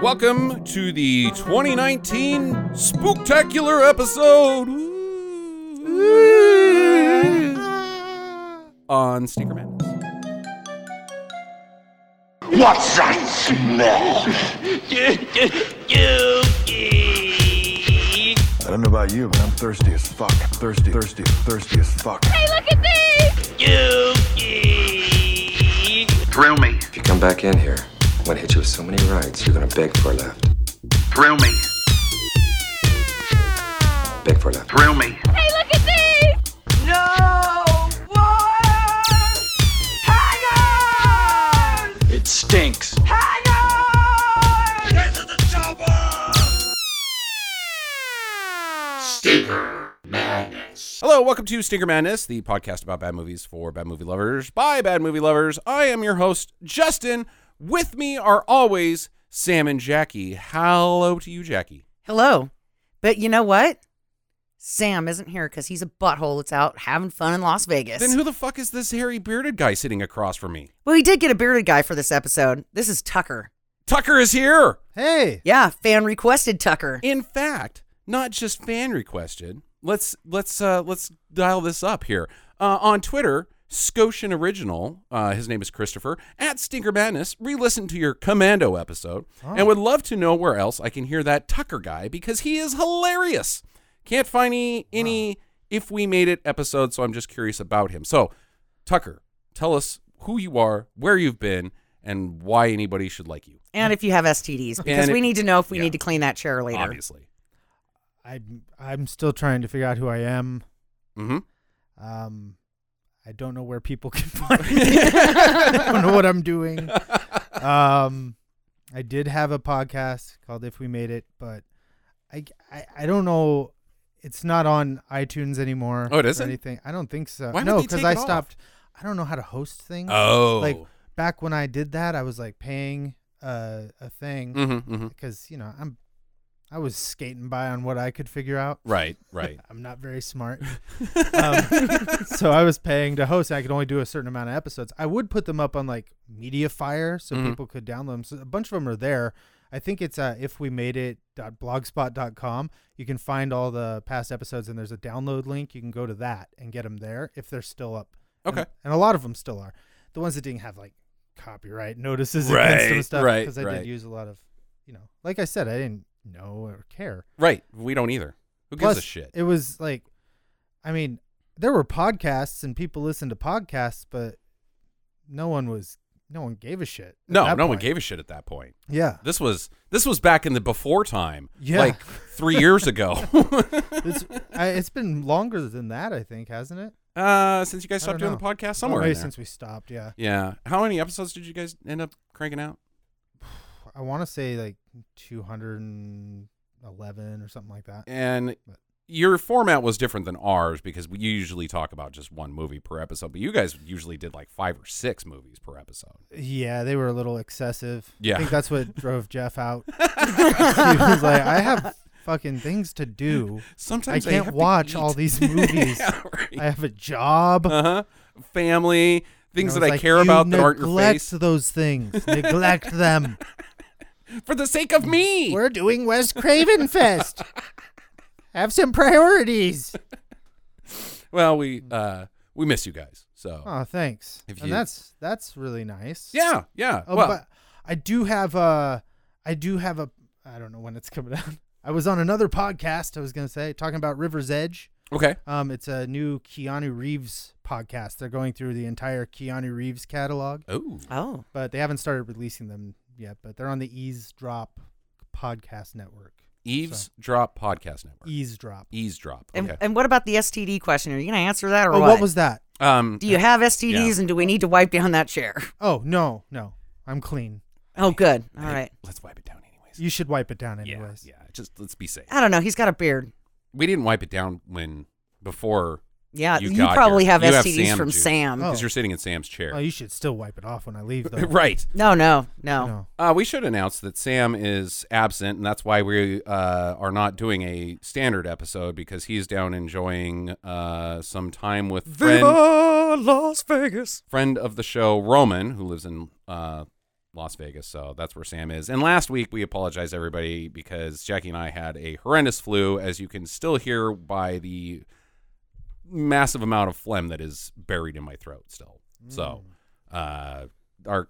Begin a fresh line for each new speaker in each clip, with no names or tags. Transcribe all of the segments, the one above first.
Welcome to the 2019 Spooktacular episode Ooh. on Sneaker Madness.
What's that smell?
I don't know about you, but I'm thirsty as fuck. Thirsty, thirsty, thirsty as fuck.
look at these!
Thrill me,
If you come back in here, I'm gonna hit you with so many rights, you're gonna beg for a left.
thrill me,
Beg for a left.
thrill me.
Hey, look at these!
Hello, welcome to Stinker Madness, the podcast about bad movies for bad movie lovers by bad movie lovers. I am your host, Justin. With me are always Sam and Jackie. Hello to you, Jackie.
Hello. But you know what? Sam isn't here because he's a butthole that's out having fun in Las Vegas.
Then who the fuck is this hairy bearded guy sitting across from me?
well, he did get a bearded guy for this episode. This is Tucker.
Tucker is here.
Hey,
Yeah, fan requested Tucker.
In fact, not just fan requested. Let's let's uh, let's dial this up here uh, on Twitter. Scotian original, uh, his name is Christopher at Stinker Madness. Re-listen to your Commando episode, and would love to know where else I can hear that Tucker guy because he is hilarious. Can't find any, any if we made it episode, so I'm just curious about him. So, Tucker, tell us who you are, where you've been, and why anybody should like you.
And if you have STDs, because
And
we
it-
need to know if we
yeah.
need to clean that chair later.
Obviously,
I'm I'm still trying to figure out who I am.
hmm
Um, I don't know where people can find me. I don't know what I'm doing. Um, I did have a podcast called If We Made It, but I I, I don't know. It's not on iTunes anymore.
Oh, it
or
isn't?
anything. I don't think so.
Why did
no,
they
because
take
I
it off?
stopped. I don't know how to host things.
Oh,
Like back when I did that, I was like paying uh, a thing.
Mm-hmm, mm-hmm.
because you know I'm I was skating by on what I could figure out.
Right, right.
I'm not very smart, um, so I was paying to host. And I could only do a certain amount of episodes. I would put them up on like MediaFire so
Mhm.
people could download them. So a bunch of them are there. I think it's uh, if we made it blogspot.com. You can find all the past episodes and there's a download link. You can go to that and get them there if they're still up. And-
Okay.
and, a lot of them still are. The ones that didn't have like copyright notices
Right,
against them and stuff
right,
because I
right.
did use a lot of you know, like I said, I didn't know or care.
right. We don't either. Who gives
Plus,
a shit?
It was like, I mean, there were podcasts and people listened to podcasts, but no one was, no one gave a shit.
no, no one gave a shit at that point.
Yeah,
This was this was back in the before time,
Yeah.
like three years ago.
it's I, it's been longer than that, I think, hasn't it?
uh, since you guys
I
stopped
don't
doing the
know.
podcast, somewhere
Maybe
in there.
since we stopped. Yeah,
yeah. How many episodes did you guys end up cranking out?
I want to say like two hundred and eleven or something like that.
And
But-
your format was different than ours because we usually talk about just one movie per episode, but you guys usually did like five or six movies per episode.
Yeah, they were a little excessive.
Yeah.
I think that's what drove Jeff out. he was like, I have fucking things to do.
Sometimes
I can't
have to
watch
eat.
all these movies.
yeah, right.
I have a job.
uh huh. Family
And
things
was
that I
like,
care
"You
about that aren't your
neglect
face
those things. neglect them.
for the sake of me.
We're doing West Craven Fest. Have some priorities.
Well, we uh we miss you guys. So
Oh, thanks.
If
and
you-
that's that's really nice.
yeah, yeah.
Oh,
well,
but I do have a. I do have a. I don't know when it's coming out. I was on another podcast. I was gonna say talking about River's Edge.
okay.
Um, it's a new Keanu Reeves podcast. They're going through the entire Keanu Reeves catalog.
Oh,
Oh.
but they haven't started releasing them yet. But they're on the Eavesdrop podcast network.
eavesdrop podcast network.
Eavesdrop.
E eavesdrop.
And,
okay.
and what about the STD question? Are you going to answer that or
Oh,
what?
what was that?
um.
do you have STDs and do we need to wipe down that chair?
Oh no, no, I'm clean.
Oh, good. All
hey,
right.
Let's wipe it down anyways.
You should wipe it down
yeah.
anyways.
Yeah. Just let's be safe.
I don't know. He's got a beard.
We didn't wipe it down when before
Yeah,
You
you,
got
probably
your-
have
you have
STDs
Sam
from
juice.
Sam.
Oh.
because you're sitting in Sam's chair.
Oh, you should still wipe it off when I leave though.
right.
No, no, no.
No.
Uh, we should announce that Sam is absent, and that's why we uh, are not doing a standard episode because he's down enjoying uh, some time with friend,
Viva Las Vegas.
friend of the show Roman, who lives in uh, Las Vegas. So that's where Sam is. And last week, we apologize, everybody, because Jackie and I had a horrendous flu, as you can still hear by the massive amount of phlegm that is buried in my throat still. So uh, our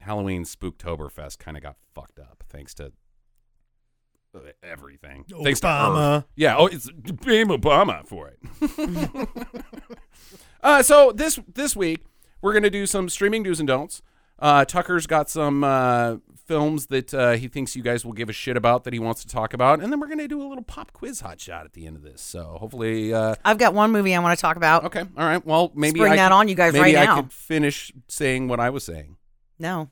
Halloween Spooktoberfest kind of got fucked up thanks to uh, everything. Thanks to her.
Obama.
Yeah, oh, it's blame Obama for it. uh, so this this week we're gonna do some streaming do's and don'ts. Uh, Tucker's got some uh, films that uh, he thinks you guys will give a shit about that he wants to talk about, and then we're gonna do a little pop quiz hot shot at the end of this. So hopefully, uh,
I've got one movie I want to talk about.
okay, all right. Well, maybe
bring
I
that
could-
on you guys
maybe
right
I
now.
could finish saying what I was saying.
No,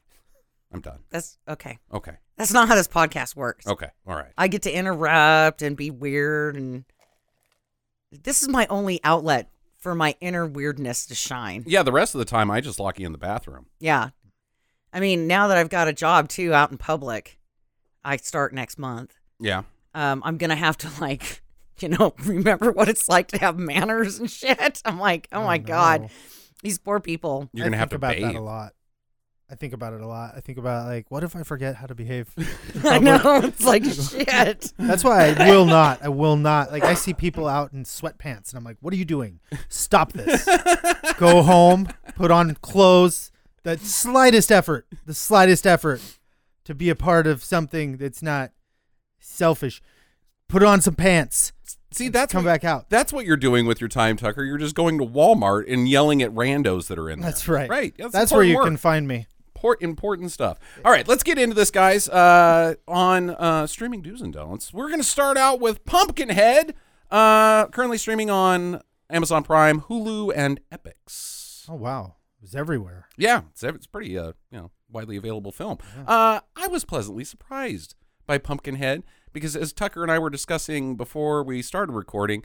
I'm done.
that's okay.
Okay,
That's not how this podcast works.
okay, all right.
I get to interrupt and be weird, and this is my only outlet for my inner weirdness to shine.
Yeah, the rest of the time I just lock you in the bathroom.
Yeah. I mean, now that I've got a job too out in public, I start next month.
Yeah.
Um, I'm gonna have to like, you know, remember what it's like to have manners and shit. I'm like, oh, my
no.
god, these poor people.
You're
I
gonna have
think
to
about
bathe.
that a lot. I think about it a lot. I think about like, what if I forget how to behave?
I know it's like shit.
That's why I will not. I will not. Like I see people out in sweatpants, and I'm like, "What are you doing? Stop this! Go home. Put on clothes. The slightest effort, the slightest effort, to be a part of something that's not selfish. Put on some pants.
See, that's
Come
what-
back out.
That's what you're doing with your time, Tucker. You're just going to Walmart and yelling at randos that are in there.
That's right.
Right.
That's, where you
important
can
work.
find me.
Import- important stuff. All right, let's get into this, guys. Uh, on uh, streaming do's and don'ts, we're going to start out with Pumpkinhead, uh, currently streaming on Amazon Prime, Hulu, and Epix.
Oh wow, it was everywhere.
Yeah, it's, it's pretty uh, you know widely available film. Uh, I was pleasantly surprised by Pumpkinhead because as Tucker and I were discussing before we started recording,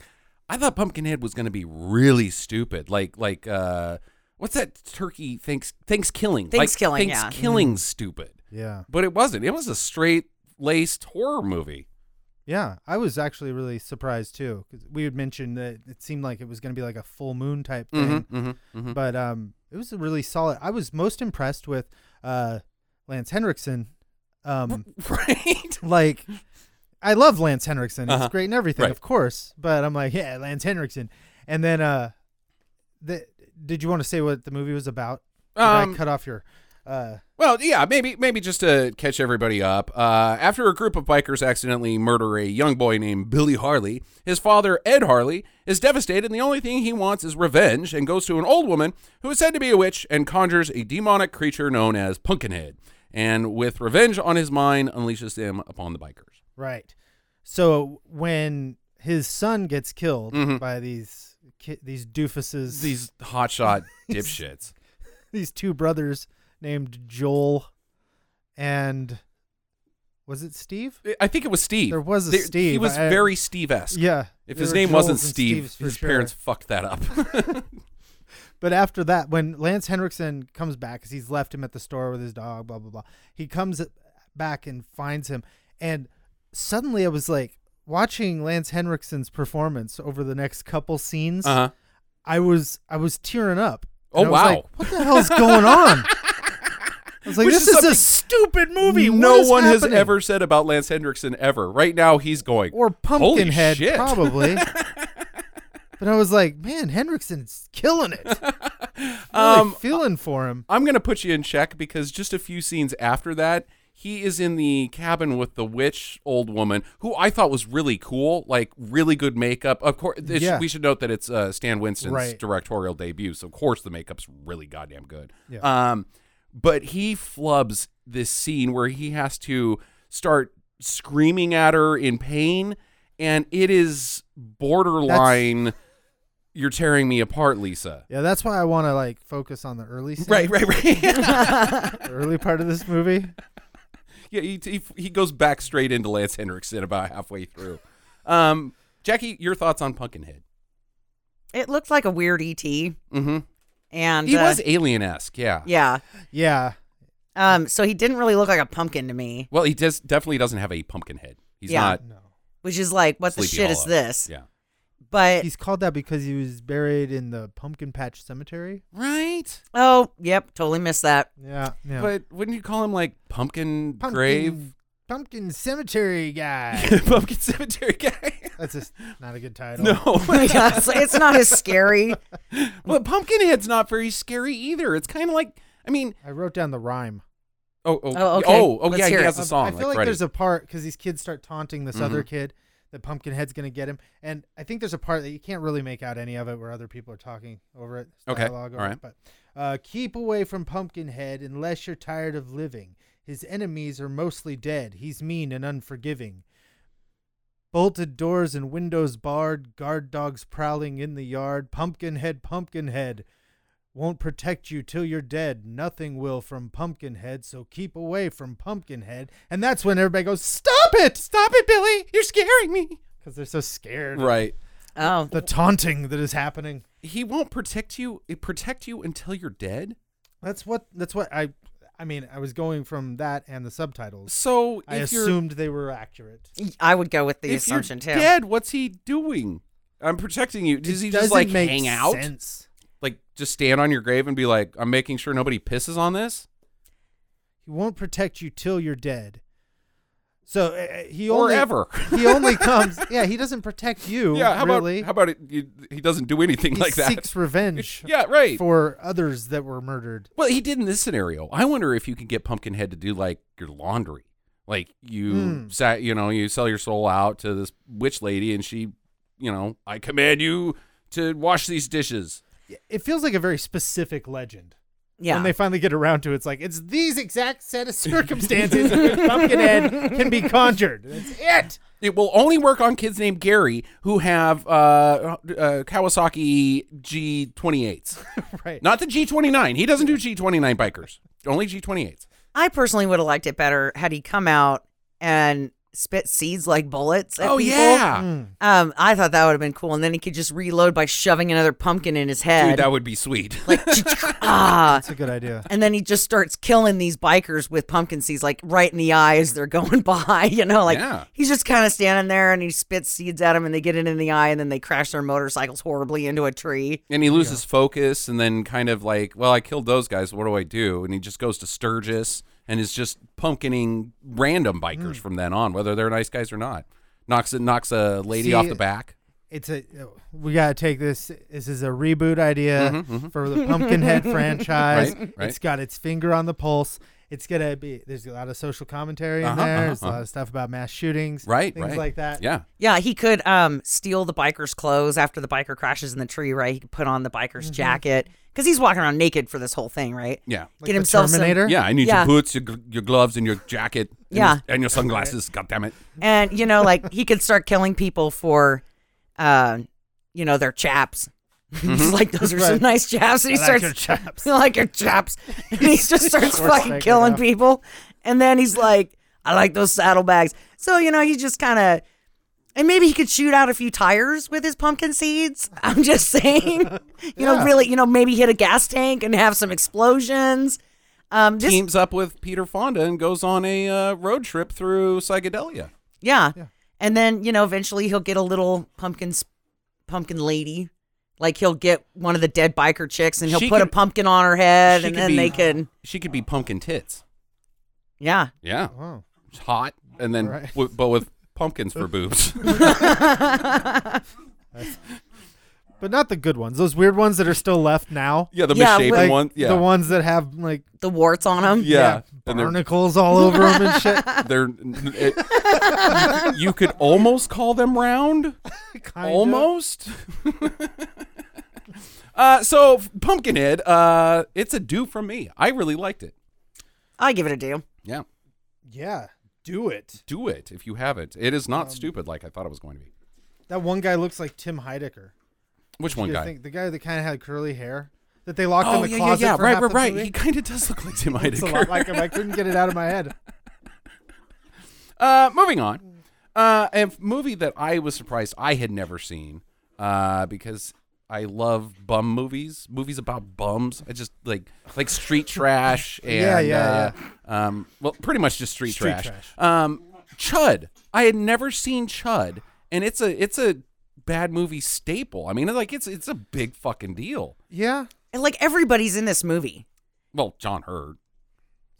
I thought Pumpkinhead was going to be really stupid, like like uh, what's that turkey thanks Thanksgilling
Thanksgilling, yeah.
like, Thanksgilling stupid,
Yeah.
but it wasn't. It was a straight laced horror movie.
Yeah, I was actually really surprised too. 'cause we had mentioned that it seemed like it was going to be like a full moon type thing,
Mm-hmm.
but um, it was a really solid. I was most impressed with uh, Lance Henriksen. Um,
Right?
like, I love Lance Henriksen;
Uh-huh.
it's great and everything,
Right.
of course. But I'm like, yeah, Lance Henriksen. And then, uh, the, did you want to say what the movie was about? Did
Um,
I cut off your? Uh,
Well, yeah, maybe maybe just to catch everybody up. Uh, after a group of bikers accidentally murder a young boy named Billy Harley, his father Ed Harley is devastated, and the only thing he wants is revenge, and goes to an old woman who is said to be a witch and conjures a demonic creature known as Pumpkinhead, and with revenge on his mind, unleashes him upon the bikers.
Right. So when his son gets killed by these ki- these doofuses,
Mm-hmm. These hotshot dipshits.
these two brothers named Joel and was it Steve?
I think it was Steve.
There was a
They- He
Steve,
was
I-
very Steve-esque.
Yeah.
If
they
his
were
name wasn't
Joels and
Steve,
Steves for
his
sure.
parents fucked that up.
But after that, when Lance Henriksen comes back, because he's left him at the store with his dog, blah blah blah. He comes back and finds him, and suddenly I was like watching Lance Henriksen's performance over the next couple scenes.
uh huh.
I was I was tearing up.
Oh,
And I was
wow.
like, what the hell's going on? I was like,
Which
this
is
is,
something
a stupid movie. What
no
is
one has
happening?
ever said about Lance Hendrickson ever. Right now, he's going
or Pumpkinhead
Holy shit.
probably. but I was like, man, Hendrickson's killing it. Really
Um,
feeling for him.
I'm gonna put you in check because just a few scenes after that, he is in the cabin with the witch old woman, who I thought was really cool, like really good makeup. Of course, it-
Yeah.
we should note that it's uh, Stan Winston's
Right.
directorial debut, so of course the makeup's really goddamn good.
Yeah.
Um, but he flubs this scene where he has to start screaming at her in pain, and it is borderline. You're tearing me apart, Lisa.
Yeah, that's why I want to like focus on the early scenes,
Right, right, right.
the early part of this movie.
Yeah, he, he, he goes back straight into Lance Henriksen about halfway through. Um, Jackie, your thoughts on Pumpkinhead?
It looked like a weird ET,
Mm-hmm.
and
He
uh,
was alien esque, yeah.
yeah.
Yeah,
Um, so he didn't really look like a pumpkin to me,
Well, he does definitely doesn't have a pumpkin head. He's
Yeah.
not.
no,
which is like, what the
Sleepy
shit is
Hollow.
this?
Yeah.
But
He's called that because he was buried in the Pumpkin Patch Cemetery.
right?
oh, yep, totally missed that.
Yeah, yeah.
But wouldn't you call him like pumpkin,
Pumpkin-
grave,
Pumpkin Cemetery guy.
pumpkin cemetery guy?
That's just not a good title.
no,
Yeah, it's, it's not as scary.
well, Pumpkinhead's not very scary either. It's kind of like, I mean,
I wrote down the rhyme.
oh, oh,
Oh,
oh,
okay.
oh,
Let's
yeah, he
hear it.
has a song. Mm-hmm.
I feel like,
ready.
there's a part because these kids start taunting this other kid that Pumpkinhead's gonna get him, and I think there's a part that you can't really make out any of it where other people are talking over it. there's
Okay,
dialogue over
all
it, But uh, keep away from Pumpkinhead unless you're tired of living. His enemies are mostly dead. He's mean and unforgiving. Bolted doors and windows barred, guard dogs prowling in the yard. Pumpkinhead, Pumpkinhead, won't protect you till you're dead. Nothing will from Pumpkinhead, so keep away from Pumpkinhead. And that's when everybody goes, Stop it! Stop it, Billy! You're scaring me! Because they're so scared.
right.
Oh,
The taunting that is happening.
He won't protect you. eh, Protect you until you're dead.
That's what, that's what I, I mean, I was going from that and the subtitles.
So if
I
you're
assumed they were accurate.
I would go with the
if you're
assumption too.
dead, what's he doing? I'm protecting you. Does he just
Doesn't
like
make
hang out?
sense.
Like just stand on your grave and be like, I'm making sure nobody pisses on this?
He won't protect you till you're dead. So uh, he
Or
only
ever.
he only comes. Yeah, he doesn't protect you.
yeah, how
really.
about how about it, you, he doesn't do anything
he
like that?
seeks revenge.
yeah, right.
for others that were murdered.
Well, he did in this scenario. I wonder if you can get Pumpkinhead to do like your laundry. Like you
Hmm.
sa you know, you sell your soul out to this witch lady and she, you know, I command you to wash these dishes.
It feels like a very specific legend.
yeah,
When they finally get around to it, it's like it's these exact set of circumstances in which Pumpkinhead can be conjured. That's it.
It will only work on kids named Gary who have uh, uh Kawasaki G28s.
Right.
Not the G29. He doesn't do G29 bikers. Only G28s.
I personally would have liked it better had he come out and spit seeds like bullets. At
Oh
people.
yeah.
Um, I thought that would have been cool, and then he could just reload by shoving another pumpkin in his
Dude,
head.
Hmm.
that would be sweet.
ah,
That's a good idea.
and then he just starts killing these bikers with pumpkin seeds, like right in the eye as they're going by. You know, like
Yeah.
he's just kind of standing there and he spits seeds at them, and they get it in the eye, and then they crash their motorcycles horribly into a tree.
and he loses focus and then kind of like well i killed those guys what do i do and he just goes to sturgis and is just pumpkining random bikers
Hmm.
from then on whether they're nice guys or not knocks it knocks a lady
See-
off the back
It's a uh, we gotta take this. This is a reboot idea for the Pumpkinhead franchise.
Mm-hmm, Right, right.
It's got its finger on the pulse. It's gonna be. There's a lot of social commentary in
Uh-huh,
there.
uh-huh,
there's a lot
uh-huh.
of stuff about mass shootings.
right
Things
right
like that.
yeah
Yeah, he could um steal the biker's clothes after the biker crashes in the tree, right? He could put on the
Mm-hmm.
biker's jacket because he's walking around naked for this whole thing, right?
yeah
Like
Get
the
himself some-
Terminator.
yeah i need
Yeah.
your boots your, gl- your gloves and your jacket and
Yeah.
your, and your sunglasses god damn it
And you know, like he could start killing people for, uh, you know, their chaps. he's like, those are some
Mm-hmm. Right.
nice chaps, and he
I like
starts
your chaps.
I like your chaps, and he just starts
Schwarzenegger
fucking killing
now.
people. And then he's like, I like those saddlebags. So you know, he's just kind of. And maybe he could shoot out a few tires with his pumpkin seeds. I'm just saying, you know,
Yeah.
really, you know, maybe hit a gas tank and have some explosions. Um, this,
teams up with peter fonda and goes on a uh, road trip through psychedelia
Yeah. And then, you know, eventually he'll get a little pumpkin s- pumpkin lady. Like he'll get one of the dead biker chicks and he'll
She
put a
could-
pumpkin on her head
she
and
could
then
be-
they can
she could be pumpkin tits
yeah.
yeah
Wow.
It's hot and then
Right.
w- but with pumpkins for boobs
But not the good ones. Those weird ones that are still left now.
Yeah, the
Yeah,
misshapen
like,
one. Yeah,
The ones that have like
The warts on him.
yeah. And they're,
barnacles all over them and shit.
they're it- you could almost call them round,
Kinda.
almost. uh, so Pumpkinhead, uh, it's a do from me. I really liked it.
I give it a do.
Yeah,
Yeah. Do it.
do it if you haven't. It is
Um,
not stupid like I thought it was going to be.
That one guy looks like Tim Heidecker.
Which one
You
guy?
Think, the guy that kind of had curly hair that they locked in
oh
the
yeah, yeah,
closet.
yeah.
for
Right,
half
right,
the
right.
movie.
He kind of does look like Tim
Looks a lot
Heidecker.
like him. I couldn't get it out of my head.
Uh, moving on. Uh, a f- movie that I was surprised I had never seen uh, because I love bum movies, movies about bums. I just like like street trash and
Yeah, yeah,
uh, um, well, pretty much just street,
Street
trash.
trash.
Um, Chud. I had never seen Chud, and it's a it's a bad movie staple. I mean, like it's it's a big fucking deal.
Yeah.
And like everybody's in this movie.
Well, John Hurt,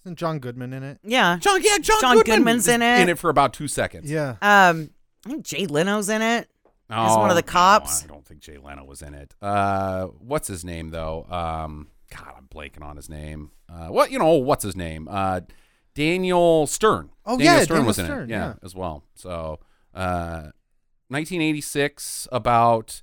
Isn't John Goodman in it?
Yeah.
John, yeah, John,
John
Goodman
Goodman's
is
in it.
in it for about two seconds.
Yeah.
Um, I think Jay Leno's in it.
Oh,
one of the
no,
cops.
I don't think Jay Leno was in it. Uh, what's his name though? Um, God, I'm blanking on his name. Uh, what you know? What's his name? Uh, Daniel Stern.
Oh,
Daniel
yeah,
Stern
Daniel
was in
Stern,
it. Yeah,
yeah.
as well. So, uh, 1986 about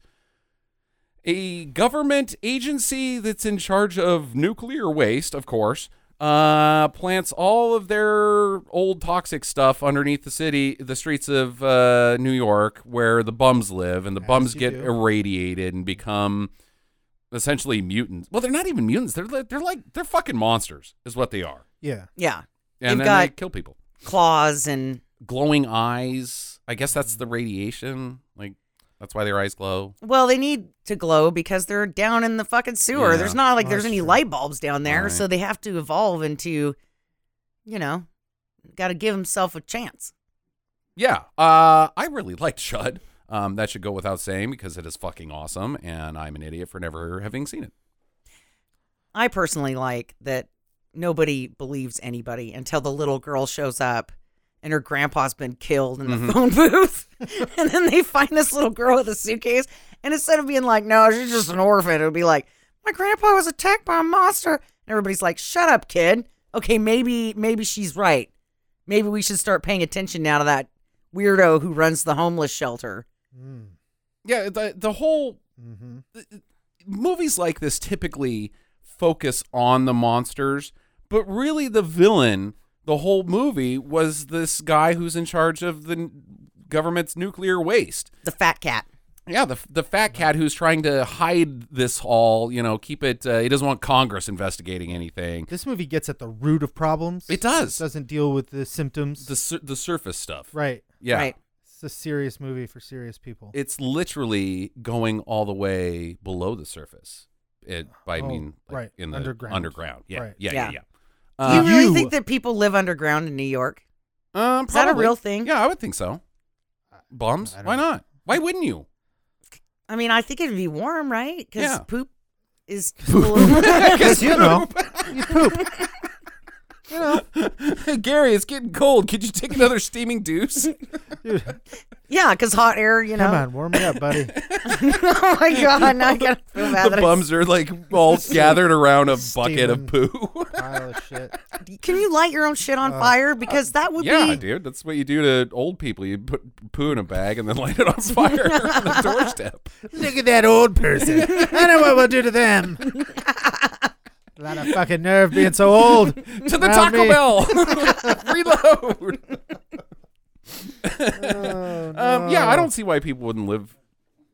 a government agency that's in charge of nuclear waste, of course, uh, plants all of their old toxic stuff underneath the city, the streets of uh, New York, where the bums live, and the bums
you
get
do.
irradiated and become essentially mutants. Well, they're not even mutants. They're li- they're like they're fucking monsters, is what they are,
Yeah.
Yeah.
and
You've
then they
got-
kill people.
Claws and
Glowing eyes. I guess that's the radiation. Like that's why their eyes glow.
well, they need to glow because they're down in the fucking sewer.
Yeah.
There's not like
Oh,
there's
that's
any
true.
light bulbs down there,
Right.
so they have to evolve into, you know, got to give himself a chance.
Yeah, uh, I really liked Chud. Um, that should go without saying because it is fucking awesome, and I'm an idiot for never having seen it.
I personally like that nobody believes anybody until the little girl shows up and her grandpa's been killed in the
Mm-hmm.
phone booth. and then they find this little girl with a suitcase. And instead of being like, no, she's just an orphan, it would be like, my grandpa was attacked by a monster. And everybody's like, shut up, kid. Okay, maybe maybe she's right. Maybe we should start paying attention now to that weirdo who runs the homeless shelter.
Yeah, the the whole movies like this typically focus on the monsters, but really the villain the whole movie was this guy who's in charge of the n- government's nuclear waste.
The fat cat.
Yeah, the the fat cat who's trying to hide this all, you know, keep it. Uh, he doesn't want Congress investigating anything.
This movie gets at the root of problems.
It does.
doesn't deal with the symptoms.
The sur- the surface stuff.
right.
Yeah.
Right.
It's a serious movie for serious people.
it's literally going all the way below the surface. It by I
Oh,
mean like,
right,
in the
underground.
Underground. Yeah,
Right.
yeah, yeah,
Yeah.
yeah.
you
Uh,
really
you-
think that people live underground in New York?
um,
Is that a
probably.
real thing?
Yeah, I would think so. Bums?
I don't-
Why not? Why wouldn't you?
I mean, I think it'd be warm, right? Because
Yeah.
poop is
Because you know, you poop.
Gary, it's getting cold. Could you take another steaming deuce?
Dude,
yeah, because hot air, you know.
come on, warm me up, buddy.
oh my god, now I gotta feel bad.
the
that I-
bums are like all gathered around a bucket of
Steaming.
poo.
Pile of shit.
Can you light your own shit on fire? Because that would
Uh, yeah,
be
dude, that's what you do to old people. You put poo in a bag and then light it on fire on the doorstep.
Look at that old person. I know what we'll do to them. A lot of fucking nerve being so old.
to the
Around
Taco
me.
Bell. Reload. um, yeah, I don't see why people wouldn't live.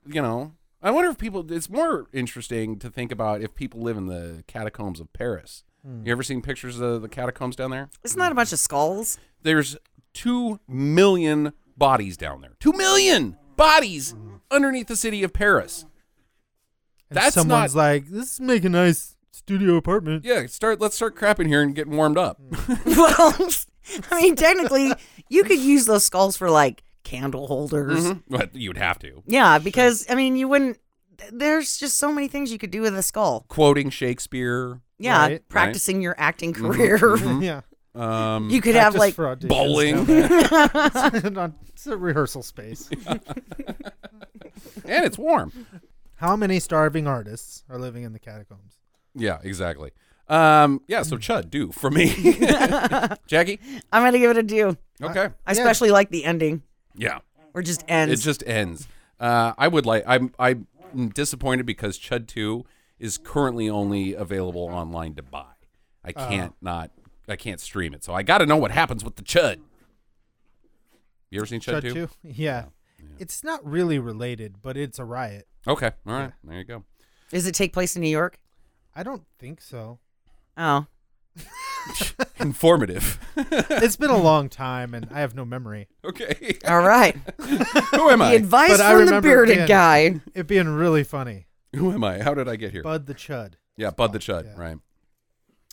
You know, I wonder if people. It's more interesting to think about if people live in the catacombs of Paris. You ever seen pictures of the catacombs down there?
it's not a bunch of skulls.
There's two million bodies down there. Two million bodies underneath the city of Paris.
And
That's
someone's
not-
like, this is make a nice studio apartment.
Yeah, start. Let's start crapping here and getting warmed up.
well, I mean, technically, you could use those skulls for like candle holders.
But You'd have to.
Yeah, because I mean, you wouldn't. th- There's just so many things you could do with a skull.
Quoting Shakespeare.
Yeah,
Right.
practicing your acting
Mm-hmm,
career.
Yeah.
Um,
You could have
Practice
like
for auditions
bowling.
down there. On- it's a rehearsal space.
and it's warm.
How many starving artists are living in the catacombs?
Yeah, exactly. Um, yeah, so Chud, do for me, Jackie.
I'm gonna give it a do.
Okay,
I especially like the ending,
yeah,
or just ends.
it just ends. Uh, I would like. I'm I'm disappointed because Chud Two is currently only available online to buy. I can't not. I can't stream it, so I got to know what happens with the Chud. You ever seen Chud,
Shut
Two?
you? Yeah. It's not really related, but it's a riot.
Okay, all right, there you go.
Does it take place in New York?
I don't think so.
Oh,
Informative.
It's been a long time, and I have no memory.
okay,
all right.
who am
The
I?
advice
But I
from the
remember
bearded
being-
guy.
It being really funny.
Who am I? How did I get here?
Bud the Chud.
Yeah, Bud the Chud,
yeah.
right?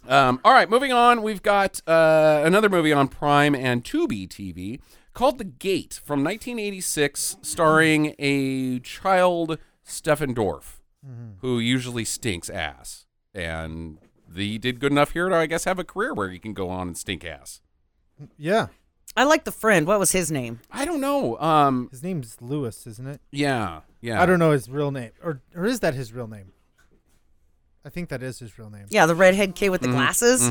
Um, all right, moving on. We've got uh, another movie on Prime and Tubi TV called The Gate from 1986, starring a child Stefan Dorff,
Mm-hmm.
who usually stinks ass, and he did good enough here to, I guess, have a career where he can go on and stink ass.
Yeah.
I like the friend. What was his name?
I don't know. Um,
His name's Lewis, isn't it?
yeah, yeah.
I don't know his real name. Or or is that his real name? I think that is his real name.
Yeah, the redhead kid with the glasses.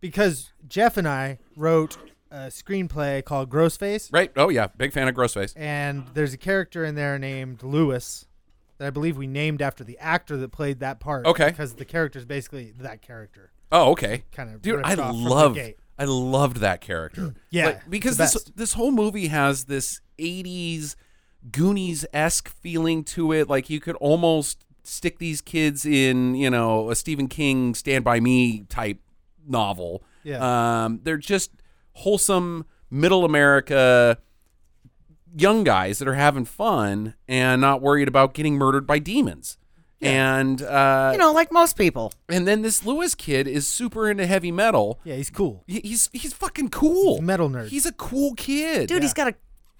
Because Jeff and I wrote a screenplay called Grossface.
Right? Oh yeah, big fan of Grossface.
and there's a character in there named Lewis that I believe we named after the actor that played that part.
Okay.
Because the character is basically that character.
Oh, okay.
Kind of
dude.
ripped
I
off from the
loved.
gate.
I loved that character.
Yeah,
Like, because
the
this
best.
this whole movie has this '80s Goonies esque feeling to it. Like you could almost stick these kids in, you know, a Stephen King Stand by Me type novel.
Yeah.
Um, they're just wholesome middle America young guys that are having fun and not worried about getting murdered by demons. And uh,
You know, like most people.
and then this Lewis kid is super into heavy metal.
Yeah, he's cool.
He- He's he's fucking cool.
He's a metal nerd.
He's a cool kid.
Dude, he's got a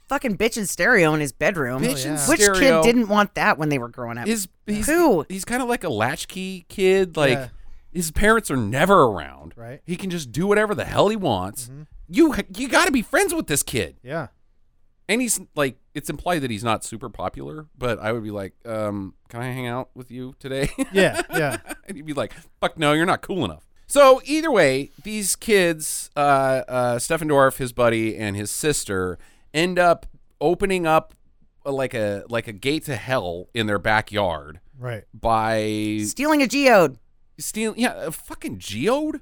fucking bitchin' stereo in his bedroom.
Bitchin' Oh, yeah.
Which
stereo.
kid didn't want that when they were growing up?
His he's,
Who?
he's kind of like a latchkey kid. Like
Yeah.
his parents are never around.
Right. Mm-hmm.
He can just do whatever the hell he wants. You you got to be friends with this kid.
Yeah.
And he's like, it's implied that he's not super popular. But I would be like, um, can I hang out with you today?
Yeah. Yeah.
and you'd be like, "Fuck no, you're not cool enough." So either way, these kids, uh, uh, Stefan Dorff, his buddy, and his sister, end up opening up uh, like a like a gate to hell in their backyard
right.
by
Stealing a geode.
stealing. Yeah, a fucking geode.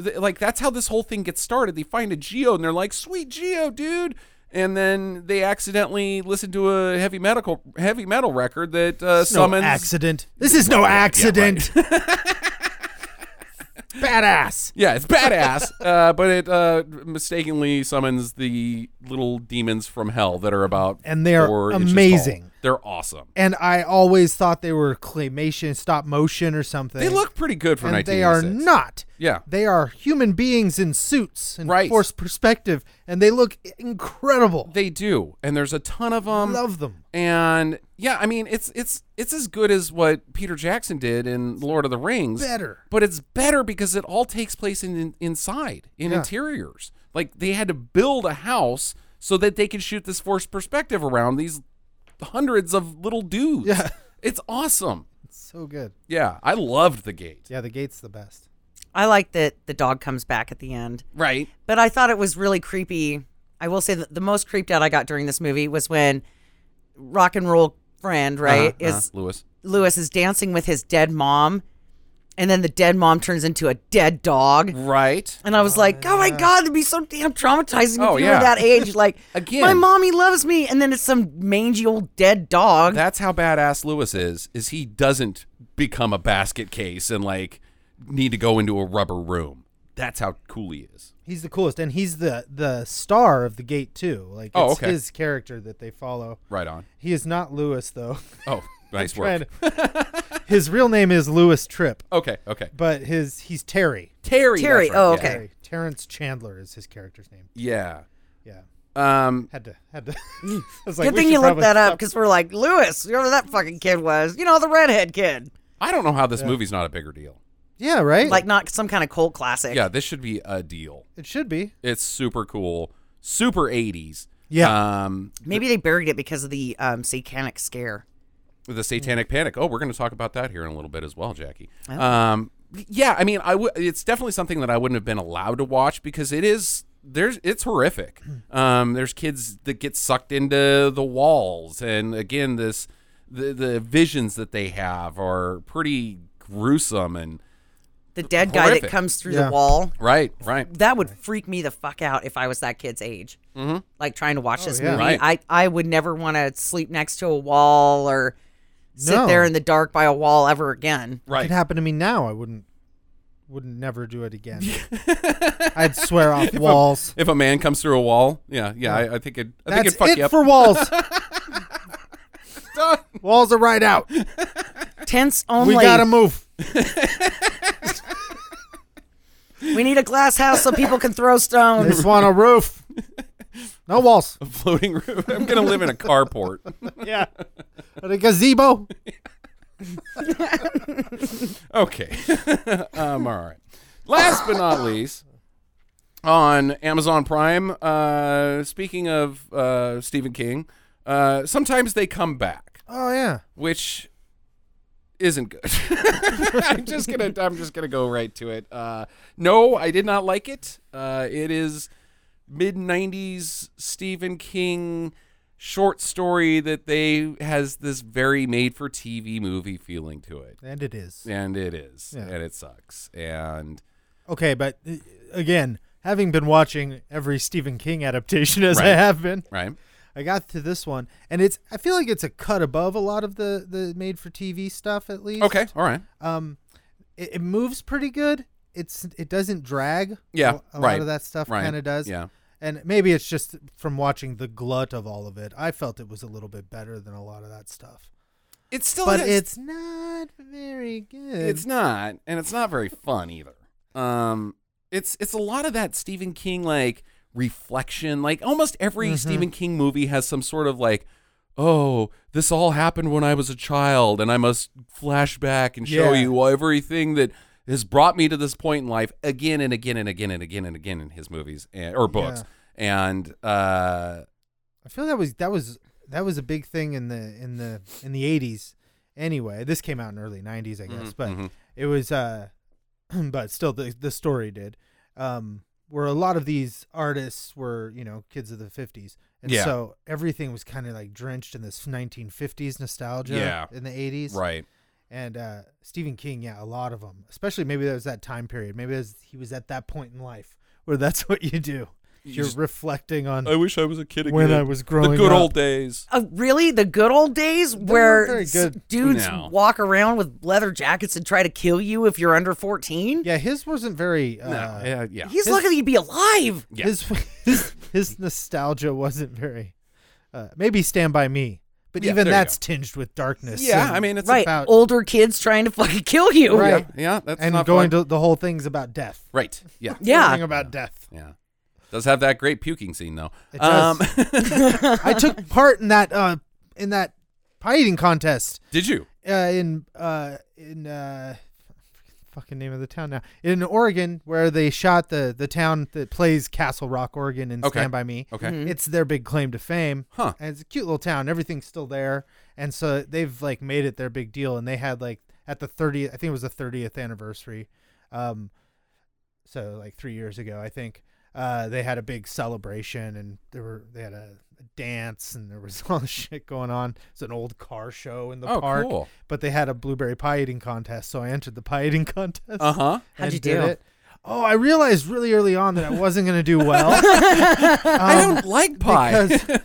Th- Like that's how this whole thing gets started. They find a geode and they're like, "Sweet geode, dude." And then they accidentally listen to a heavy medical heavy metal record that uh,
No
summons
accident. This is no accident. Badass.
Yeah, it's badass, uh, but it uh, mistakenly summons the little demons from hell that are about
And they are
four inches
amazing.
tall. They're awesome.
And I always thought they were claymation, stop motion, or something.
They look pretty good for
and they are
1986.
not.
Yeah.
They are human beings in suits and
Right.
forced perspective, and they look incredible.
They um, do, and there's a ton of them.
love them.
and yeah, I mean it's it's it's as good as what Peter Jackson did in Lord of the Rings.
Better.
but it's better because it all takes place in, in inside in
Yeah.
interiors. Like they had to build a house so that they could shoot this forced perspective around these hundreds of little dudes.
Yeah.
it's awesome.
So good.
Yeah, I loved the gate.
Yeah, the gate's the best.
I like that the dog comes back at the end.
Right.
But I thought it was really creepy. I will say that the most creeped out I got during this movie was when rock and roll friend, right,
Uh-huh, uh-huh.
is
Lewis.
Lewis is dancing with his dead mom, and then the dead mom turns into a dead dog.
Right.
And I was like, oh my God, it'd be so damn traumatizing
Oh,
if you
yeah.
were that age. Like,
Again.
my mommy loves me. And then it's some mangy old dead dog.
That's how badass Lewis is. Is he doesn't become a basket case and like need to go into a rubber room. That's how cool he is.
He's the coolest, and he's the the star of the gate too. Like, it's
Oh, okay.
his character that they follow.
Right on.
He is not Lewis though.
Oh, nice work.
Trying to- his real name is Lewis Tripp,
Okay. Okay.
but his he's Terry.
Terry. that's
Terry,
right,
oh,
yeah.
okay.
Terry. Terrence Chandler is his character's name.
Yeah.
Yeah,
Um.
had to had to. I was like,
Mm. Good
we
thing
should
you looked
probably
that up
stop.
because we're like, Lewis, whoever that fucking kid was, you know, the redhead kid.
I don't know how this movie's not a bigger deal.
Yeah, right.
Like, not some kind of cult classic.
Yeah, this should be a deal.
it should be.
It's super cool. Super 80s.
Yeah.
Um,
Maybe they buried it because of the um, satanic scare.
the satanic panic oh we're going to talk about that here in a little bit as well jackie
Oh.
um, yeah i mean I w- it's definitely something that i wouldn't have been allowed to watch because it is there's it's horrific um, there's kids that get sucked into the walls and again this the, the visions that they have are pretty gruesome and
The dead guy
Horrific.
that comes through
Yeah.
the wall.
right right
That would freak me the fuck out if I was that kid's age. Mm-hmm. Like trying to watch this
Oh, yeah.
movie,
Right.
I I would never want to sleep next to a wall or sit
No.
there in the dark by a wall ever again.
right
If it happened to me now, I wouldn't wouldn't never do it again. I'd swear off walls.
if a man comes through a wall yeah yeah, I, I think it i think
That's
it'd fuck
it
you up
for walls. walls are right out.
Tense
We
only.
gotta move.
We need a glass house so people can throw stones.
This one a roof. No walls.
A floating roof. I'm gonna live in a carport.
Yeah. But a gazebo.
Okay. um, all right. Last but not least, on Amazon Prime, uh, speaking of uh, Stephen King, uh, sometimes they come back,
Oh yeah.
which isn't good. I'm just gonna I'm just gonna go right to it. Uh, no, I did not like it. Uh, it is mid '90s Stephen King short story that they has this very made for TV movie feeling to it
And it is.
and it is
Yeah.
and it sucks and
Okay, but uh, again, having been watching every Stephen King adaptation as I
Right.
have been,
right
I got to this one, and it's I feel like it's a cut above a lot of the the made for TV stuff at least.
okay all right
Um, it, it moves pretty good. It's it doesn't drag.
Yeah,
a, a
right,
lot of that stuff
right,
kind of does.
yeah.
and maybe it's just from watching the glut of all of it. I felt it was a little bit better than a lot of that stuff,
it's still
but
is-
it's not very good.
it's not and it's not very fun either um it's it's a lot of that stephen king like reflection like almost every
Mm-hmm.
stephen king movie has some sort of like oh this all happened when i was a child and i must flash back and show
Yeah.
you everything that has brought me to this point in life again and again and again and again and again in his movies and, or books and uh
I feel that was that was that was a big thing in the in the in the eighties. Anyway, this came out in early nineties, I guess,
mm-hmm,
but it was uh, but still the the story did, um, where a lot of these artists were you know kids of the fifties, and
Yeah.
so everything was kind of like drenched in this nineteen fifties nostalgia.
Yeah.
in the eighties,
right
And uh, Stephen King, yeah, a lot of them, especially maybe that was that time period. Maybe that was, he was at that point in life where that's what you do. You're
just- Oh.
reflecting on
I wish I was a kid again.
When I was growing
the good
up.
old days.
Uh, really, the good old days
weren't
where
very
s-
good.
dudes
No.
walk around with leather jackets and try to kill you if you're under 14?
Yeah, his wasn't very. Uh,
yeah, yeah.
He's lucky that you'd be alive.
Yeah.
His, his his nostalgia wasn't very. Uh, maybe Stand by Me, but
Yeah,
even
there you
that's tinged with darkness.
yeah,
and-
I mean, it's
right.
about-
Older kids trying to fucking kill you.
Right.
Yeah, yeah, that's
and
not
going
fun.
to the whole thing's about death.
right. Yeah,
Everything
Yeah.
about death.
yeah. Does have that great puking scene though.
It does.
Um,
I took part in that uh in that pie eating contest
did you?
uh, in uh in uh fucking name of the town now in Oregon where they shot the the town that plays Castle Rock, Oregon, in
Okay.
Stand by Me.
Okay.
Mm-hmm.
It's their big claim to fame.
Mm-hmm. Huh.
And it's a cute little town. Everything's still there. And so they've like made it their big deal. And they had like at the 30th, I think it was the 30th anniversary. Um, so like three years ago, I think, uh, they had a big celebration and there were, they had a, a dance and there was all this shit going on. It's an old car show in the
Oh,
park,
cool.
but they had a blueberry pie eating contest. So I entered the pie eating contest.
Uh huh.
How'd
and
you
did
do?
it. Oh, I realized really early on that I wasn't going to do well. Um,
I don't like pie.
because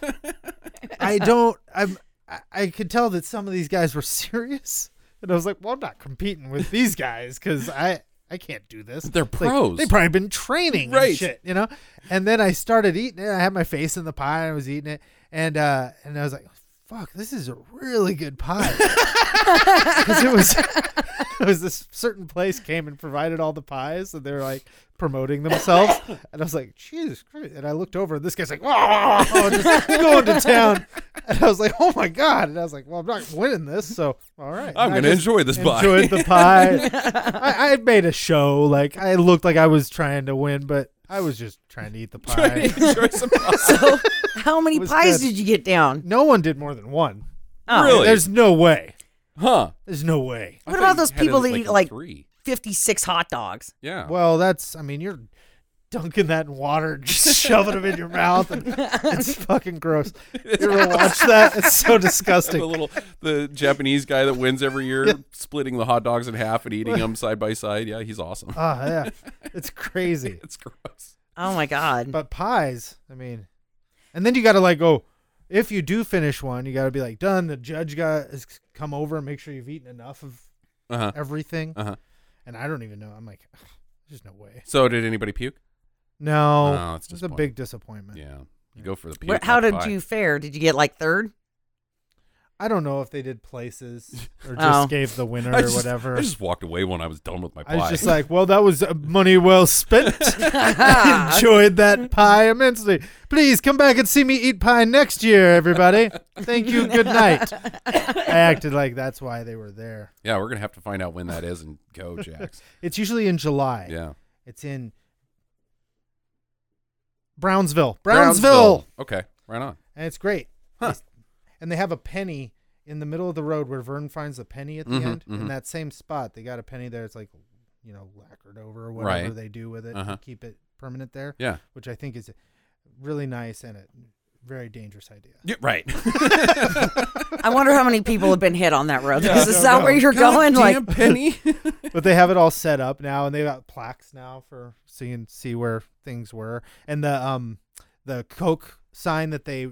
I don't. I'm. I, I could tell that some of these guys were serious, and I was like, "Well, I'm not competing with these guys because I I can't do this.
They're
Like,
pros.
they probably been training,
Right.
And shit, you know. And then I started eating it. I had my face in the pie. and I was eating it, and uh, and I was like, "Fuck, this is a really good pie." Because it was. It was this certain place came and provided all the pies, and they were like promoting themselves. And I was like, Jesus Christ. And I looked over, and this guy's like, "Wah!" just going to town. And I was like, oh my God. And I was like, well, I'm not winning this. So, all right.
I'm
And I
gonna
just
enjoy this pie.
Enjoyed the pie. I, I made a show. Like, I looked like I was trying to win, but I was just trying to eat the pie.
Enjoy some
So, how many
was
pies
good.
did you get down?
no one did more than one.
Oh,
Really?
There's no way.
huh?
There's no way.
I
What
thought
about
you
those
had
people
it
that
at,
eat, like-
three?
56 hot dogs.
Yeah.
Well, that's, I mean, you're dunking that in water and just shoving them in your mouth. And it's fucking gross. You ever watch that? It's so
the
disgusting.
little the Japanese guy that wins every year, splitting the hot dogs in half and eating them side by side. Yeah, he's awesome.
Oh, yeah. It's crazy.
it's gross.
Oh my God.
But pies, I mean, and then you got to like go. If you do finish one, you got to be like done. The judge got has come over and make sure you've eaten enough of
Uh huh.
everything.
Uh-huh.
And I don't even know. I'm like, "Ugh, there's no way.
So did anybody puke?
No,
No, it's
it's a big disappointment.
Yeah. You go for the puke.
Where- how
not the
did
pie.
you fare? Did you get like third?
I don't know if they did places or just
Oh.
gave the winner
I
or
just-
whatever.
I just walked away when I was done with my pie.
I was just like, well, that was uh, money well spent. I enjoyed that pie immensely. Please come back and see me eat pie next year, everybody. Thank you. Good night. I acted like that's why they were there.
yeah, we're gonna have to find out when that is and go, Jax.
It's usually in July.
Yeah,
It's in Brownsville. Brownsville.
Okay, right on.
And it's great.
Huh.
And they have a penny in the middle of the road where Vern finds the penny at the
Mhm,
end.
mhm.
In that same spot, they got a penny there. It's like, you know, lacquered over or whatever
Right.
they do with it
Uh-huh.
to keep it permanent there,
Yeah.
which I think is really nice and a very dangerous idea.
Yeah, right.
I wonder how many people have been hit on that road. Because is that where you're going?
Goddamn
Like,
penny.
but they have it all set up now and they got plaques now for so you can see where things were and the um the coke sign that they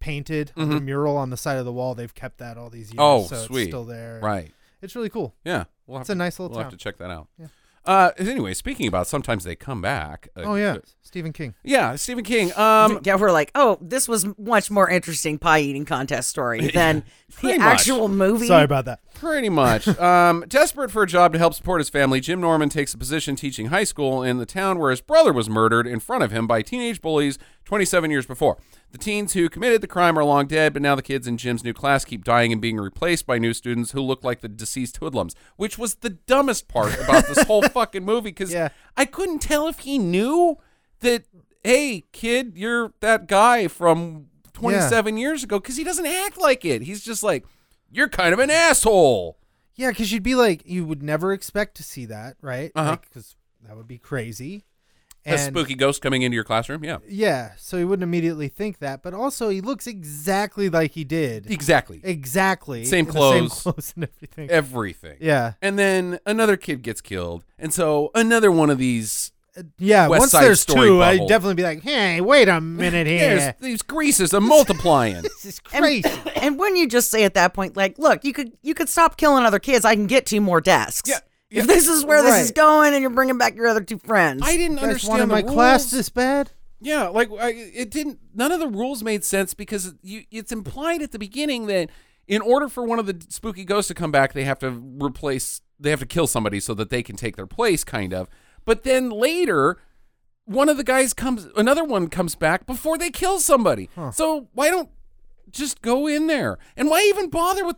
painted on the mural on the side of the wall they've kept that all these years
Mm-hmm. Oh,
so
sweet.
it's still there
right.
it's really cool
Yeah. We'll have
It's a
to-
nice little
We'll have
town.
to check that out.
Yeah.
Uh, anyway, speaking about sometimes they come back. uh,
oh yeah stephen king
Yeah, Stephen King. Um,
yeah, we're like, oh, this was much more interesting pie eating contest story than the
Pretty much.
actual movie.
sorry about that
Pretty much. um, desperate for a job to help support his family, Jim Norman takes a position teaching high school in the town where his brother was murdered in front of him by teenage bullies 27 years before. The teens who committed the crime are long dead, but now the kids in Jim's new class keep dying and being replaced by new students who look like the deceased hoodlums, which was the dumbest part about this whole fucking movie because
Yeah.
I couldn't tell if he knew that, hey, kid, you're that guy from 27 years ago because he doesn't act like it. He's just like, you're kind of an asshole.
yeah because you'd be like you would never expect to see that right
Uh-huh.
because that would be crazy
a spooky ghost coming into your classroom. Yeah,
yeah so he wouldn't immediately think that but also he looks exactly like he did
exactly.
Exactly.
Same
The same
clothes.
clothes and everything.
Everything.
yeah.
And then another kid gets killed, and so another one of these.
Yeah.
West
once
Side
there's
Story
two,
bubble.
I'd definitely be like, hey, wait a minute
There's
here.
these greases are multiplying.
this is crazy.
And wouldn't you just say at that point, like, look, you could you could stop killing other kids. I can get two more desks.
Yeah, yeah.
If this is where this is
Right.
going, and you're bringing back your other two friends,
I didn't
You guys
understand
wanted
the
my
rules.
class this bad?
Yeah, like I, it didn't. None of the rules made sense because you, it's implied at the beginning that in order for one of the spooky ghosts to come back, they have to replace, they have to kill somebody so that they can take their place, kind of. But then later, one of the guys comes, another one comes back before they kill somebody. So why don't just go in there? And why even bother with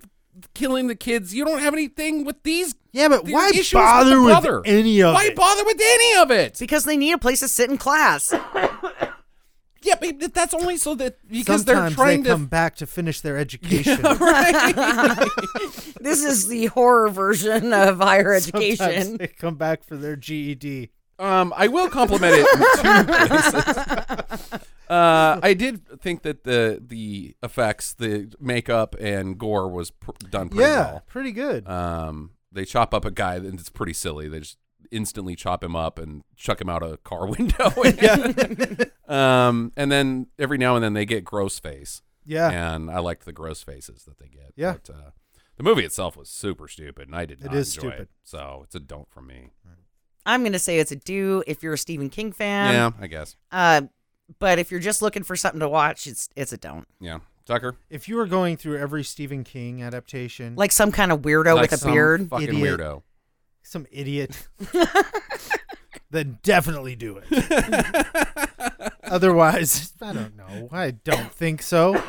killing the kids? You don't have anything with these.
Yeah, but
the
why
issues
bother
with, the
with
brother.
any of
why
it?
bother with any of it?
because they need a place to sit in class.
Yeah, but th- that's only so that because
Sometimes
they're trying
they
to
come back to finish their education.
this is the horror version of higher
Sometimes
education.
they come back for their E GED.
Um, I will compliment it in two places. Uh, I did think that the the effects, the makeup and gore was pr- done pretty
yeah, pretty good.
well. Um, they chop up a guy, and it's pretty silly. They just instantly chop him up and chuck him out a car window. um, and then every now and then they get gross face,
yeah,
and I liked the gross faces that they get.
Yeah.
But, uh, the movie itself was super stupid, and I did
It
not
is
enjoy
stupid.
it. So it's a don't from me.
I'm gonna say it's a do if you're a Stephen King fan.
yeah, I guess.
Uh, but if you're just looking for something to watch, it's it's a don't.
Yeah, Tucker.
If you were going through every Stephen King adaptation,
Like some kind of weirdo
Like
with a
some
beard.
Fucking
Idiot.
weirdo.
some idiot, then definitely do it. Otherwise, I don't know. I don't think so.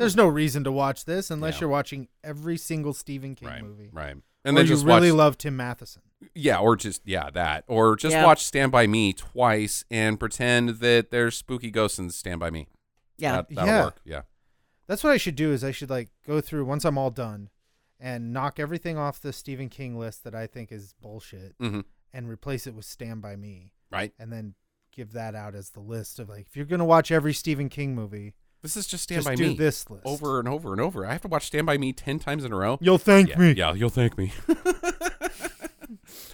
There's no reason to watch this unless
Yeah.
you're watching every single Stephen King
Right.
movie.
Right.
And
And
then
then
you
just
really
watch,
love Tim Matheson.
yeah, or just yeah, that, or just
Yeah.
watch Stand by Me twice and pretend that there's spooky ghosts in Stand by Me.
yeah.
that, that'll
Yeah.
work. Yeah,
That's what I should do is I should like go through once I'm all done and knock everything off the Stephen King list that I think is bullshit
Mhm.
and replace it with Stand by Me
right.
and then give that out as the list of like if you're going to watch every Stephen King movie,
This is just Stand
Just
by
do
Me.
this list.
over and over and over. I have to watch Stand by Me ten times in a row.
you'll thank
yeah,
me.
yeah, you'll thank me.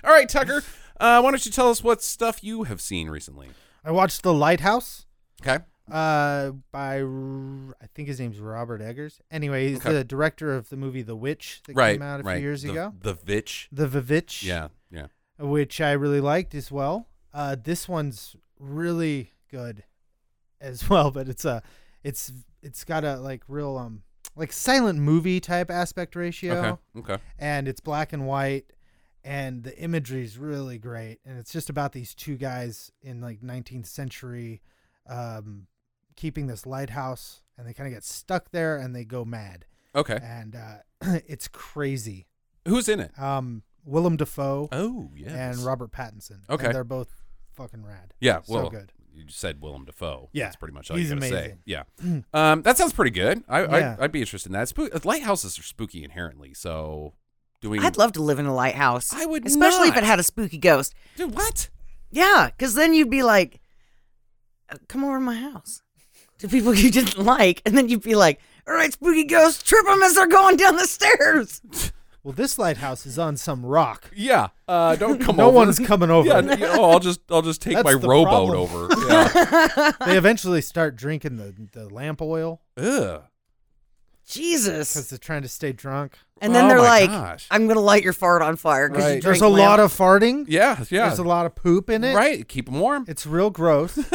All right, Tucker. Uh, why don't you tell us what stuff you have seen recently?
I watched The Lighthouse.
Okay.
uh by R- I think his name's Robert Eggers. Anyway, he's
Okay.
the director of the movie The Witch that
right.
came out a
right.
few years
the,
ago.
The Vitch.
The Vivitch,
Yeah. Yeah.
which I really liked as well. Uh, this one's really good as well, but it's a, it's it's got a like real um like silent movie type aspect ratio
Okay. Okay.
and it's black and white and the imagery is really great and it's just about these two guys in like 19th century um, keeping this lighthouse and they kind of get stuck there and they go mad
Okay.
and uh, it's crazy
Who's in it?
um, willem dafoe
Oh, yes.
and robert pattinson and
Okay.
they're both fucking rad
Yeah,
so
well,
good
you said Willem Dafoe.
Yeah,
that's pretty much all
he's
you gotta say.
amazing. Hmm.
Yeah, um, that sounds pretty good. I,
Yeah.
I I'd be interested in that. Spook- lighthouses are spooky inherently, so doing.
I'd love to live in a lighthouse.
I would
especially if
not.
it had a spooky ghost.
Dude, what?
Yeah, because then you'd be like, uh, "Come over to my house." To people you didn't like, and then you'd be like, "All right, spooky ghost, trip them as they're going down the stairs."
well this lighthouse is on some rock
Yeah, uh, don't come
no
over.
one's coming over
Yeah, n- oh, I'll just I'll just take
That's
my
the
rowboat
problem.
over. Yeah.
they eventually start drinking the, the lamp oil
Ugh.
because
Jesus!
they're trying to stay drunk
And then
Oh
they're
my
like,
gosh.
"I'm gonna light your fart on fire." Cause
Right.
you
There's
drink
a
lamp.
lot of farting.
Yeah, yeah.
There's a lot of poop in it.
Right, keep them warm.
It's real gross.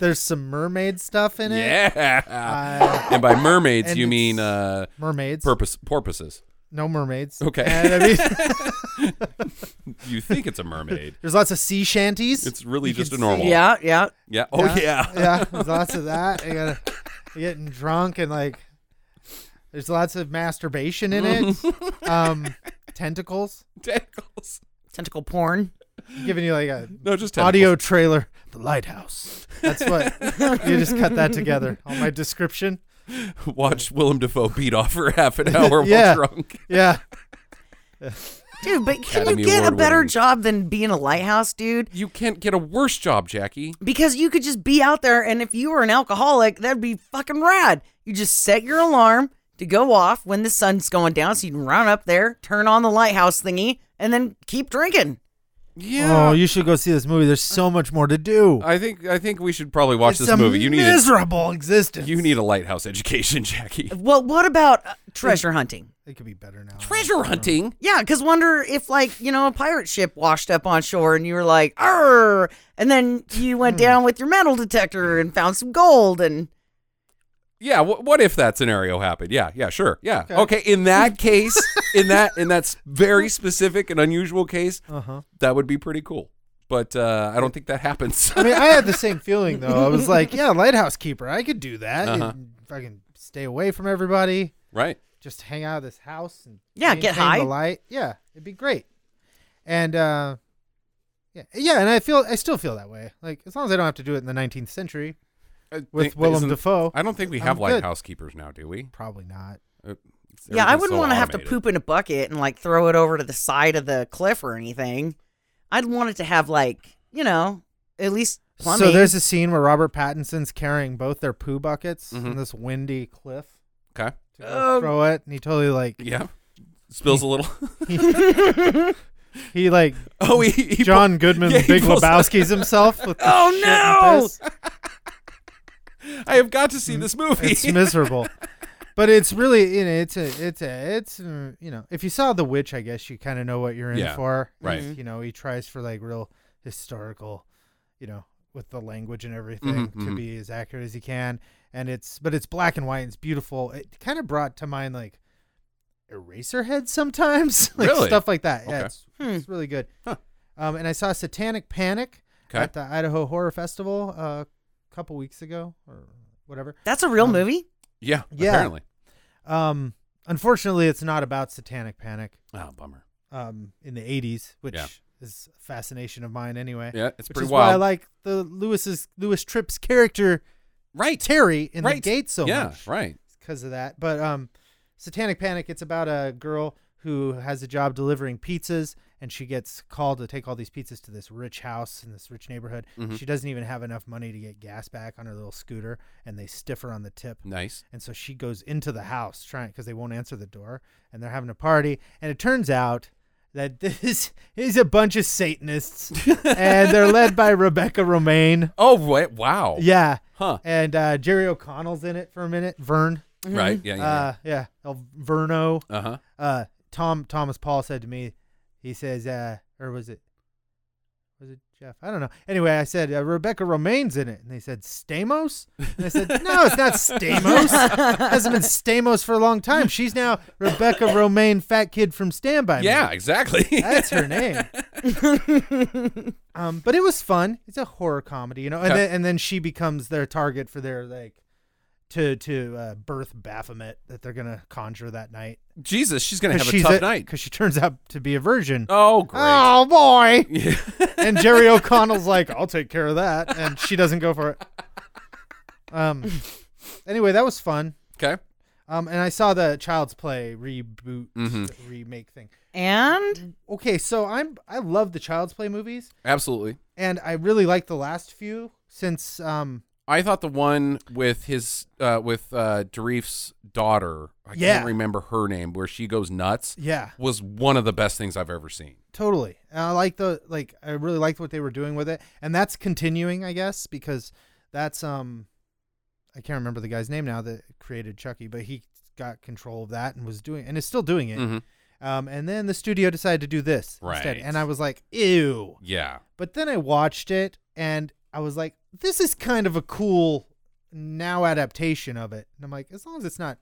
There's some mermaid stuff in it.
Yeah.
Uh,
and by mermaids,
and
you
it's-
mean uh,
mermaids.
purpose porpoises.
no mermaids.
Okay.
And I mean,
You think it's a mermaid?
there's lots of sea shanties.
It's really
You
just a
can
normal.
Yeah, yeah.
Yeah. Oh yeah.
yeah. There's lots of that. You gotta, you're getting drunk and like. There's lots of masturbation in it. um, tentacles.
Tentacles.
Tentacle porn.
Giving you like a
No, just tentacles.
audio trailer. The lighthouse. That's what you just cut that together on my description.
watch Willem Dafoe beat off for half an hour while
Yeah.
drunk.
Yeah.
Dude, but can
Academy
you get a
Award
better
winning.
job than being a lighthouse dude?
You can't get a worse job, Jackie.
Because you could just be out there, and if you were an alcoholic, that'd be fucking rad. You just set your alarm to go off when the sun's going down, so you can run up there, turn on the lighthouse thingy, and then keep drinking.
Yeah.
Oh, you should go see this movie. There's so much more to do.
I think I think we should probably watch
it's
this
a
movie. You need a,
miserable existence.
you need a lighthouse education, Jackie.
Well, what about uh, treasure hunting?
It could be better now.
Treasure hunting.
Yeah, because wonder if like you know a pirate ship washed up on shore and you were like, "Arr!" and then you went
Hmm.
down with your metal detector and found some gold and
Yeah. Wh- what if that scenario happened? Yeah. Yeah. Sure. Yeah. Okay. in that case, in that in that s- very specific and unusual case,
Uh-huh.
that would be pretty cool. But uh, I don't think that happens.
I mean, I had the same feeling though. I was like, yeah, lighthouse keeper. I could do that.
Uh-huh.
And Fucking stay away from everybody.
right.
Just hang out of this house and
Yeah, get
maintain
high.
The light. Yeah, it'd be great. And uh, yeah, yeah. And I feel I still feel that way. Like as long as I don't have to do it in the 19th century
I
with
think-
Willem
uh, isn't-
Dafoe.
I don't think we have
I'm good.
lighthouse keepers now, do we?
Probably not.
Uh,
Yeah, I
everything's
wouldn't
so
want to have to
automated.
poop in a bucket and like throw it over to the side of the cliff or anything. I'd want it to have like you know at least plumbing.
So there's a scene where Robert Pattinson's carrying both their poo buckets
Mm-hmm.
in this windy cliff
Okay. Um,
to
Oh.
go throw it, and he totally like
Yeah. Spills a little.
he like
Oh, he, he
John Goodman
yeah, he
Big
pulls-
Lebowski's himself. With the
Oh,
shit and
no!
piss.
I have got to see this movie.
It's miserable, but it's really you know it's a it's a it's uh, you know if you saw The Witch, I guess you kind of know what you're in
Yeah,
for.
right.
Mm-hmm.
It's, You know he tries for like real historical, you know, with the language and everything to
mhm.
be as accurate as he can, and it's but it's black and white and it's beautiful. It kind of brought to mind like. Eraserhead sometimes, like
Really?
stuff like that. Yeah,
Okay.
it's, it's really good. Um, and I saw Satanic Panic
Okay.
at the Idaho Horror Festival uh, a couple weeks ago or whatever.
That's a real movie.
yeah,
Yeah.
apparently.
Um, unfortunately, it's not about Satanic Panic
Oh, bummer.
um, in the 80s, which
Yeah.
is a fascination of mine anyway.
Yeah, it's
which
pretty
is why I
wild.
like the Lewis's Lewis Tripp's character
Right.
Terry in
right.
the gate so
yeah,
much
right.
because of that. But um, Satanic Panic, it's about a girl who has a job delivering pizzas, and she gets called to take all these pizzas to this rich house in this rich neighborhood.
Mm-hmm.
She doesn't even have enough money to get gas back on her little scooter, and they stiff her on the tip.
Nice.
And so she goes into the house trying because they won't answer the door, and they're having a party. And it turns out that this is a bunch of Satanists, and they're led by Rebecca Romaine.
Oh, wait, wow.
Yeah.
Huh.
And uh, Jerry O'Connell's in it for a minute. Vern.
Right. Yeah, yeah.
Uh, yeah. El Verno.
Uh huh.
Uh, Tom Thomas Paul said to me, he says, uh, or was it, was it Jeff. I don't know. Anyway, I said uh, Rebecca Romaine's in it, and they said Stamos. And I said, No, it's not Stamos. hasn't been Stamos for a long time. She's now Rebecca Romaine, fat kid from Stand By Me.
yeah, exactly.
That's her name. um, but it was fun. It's a horror comedy, you know. And
Yeah.
then and then she becomes their target for their like to to uh, birth Baphomet that they're gonna conjure that night.
Jesus, she's gonna have a
she's
tough night.
because she turns out to be a virgin.
Oh, great.
Oh boy!
Yeah.
And Jerry O'Connell's like, "I'll take care of that," and she doesn't go for it. Um. Anyway, that was fun.
okay.
Um, and I saw the Child's Play reboot
Mhm.
remake thing.
And
Okay, so I'm I love the Child's Play movies.
Absolutely.
and I really like the last few since um
I thought the one with his uh with uh Doreef's daughter, I
Yeah.
can't remember her name, where she goes nuts,
yeah
was one of the best things I've ever seen.
totally and I like the like I really liked what they were doing with it and that's continuing I guess because that's um I can't remember the guy's name now that created Chucky but he got control of that and was doing and is still doing it
Mhm.
um and then the studio decided to do this instead
Right.
and I was like ew
Yeah.
but then I watched it and I was like this is kind of a cool now adaptation of it and I'm like as long as it's not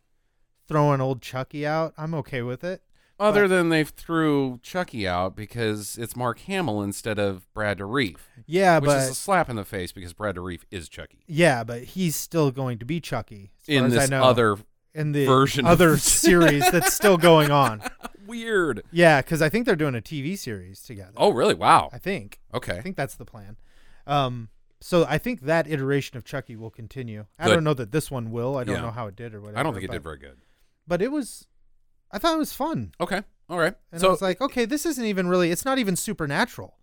throwing old Chucky out I'm okay with it
Other
But-
than they threw Chucky out because it's Mark Hamill instead of Brad Dourif,
Yeah,
which
but
is a slap in the face because Brad Dourif is Chucky
yeah, but he's still going to be Chucky as far
in
as I
this
know,
other
in the
version of-
other series that's still going on.
weird.
Yeah, because I think they're doing a TV series together.
Oh, really? Wow.
I think I
Okay.
think that's the plan. Um, so I think that iteration of Chucky will continue. I
Good.
don't know that this one will. I don't
Yeah.
know how it did or whatever.
I don't think it did
but-
very good.
But it was, I thought it was fun,
Okay. All right.
and I
so
was like, okay, this isn't even really. It's not even supernatural.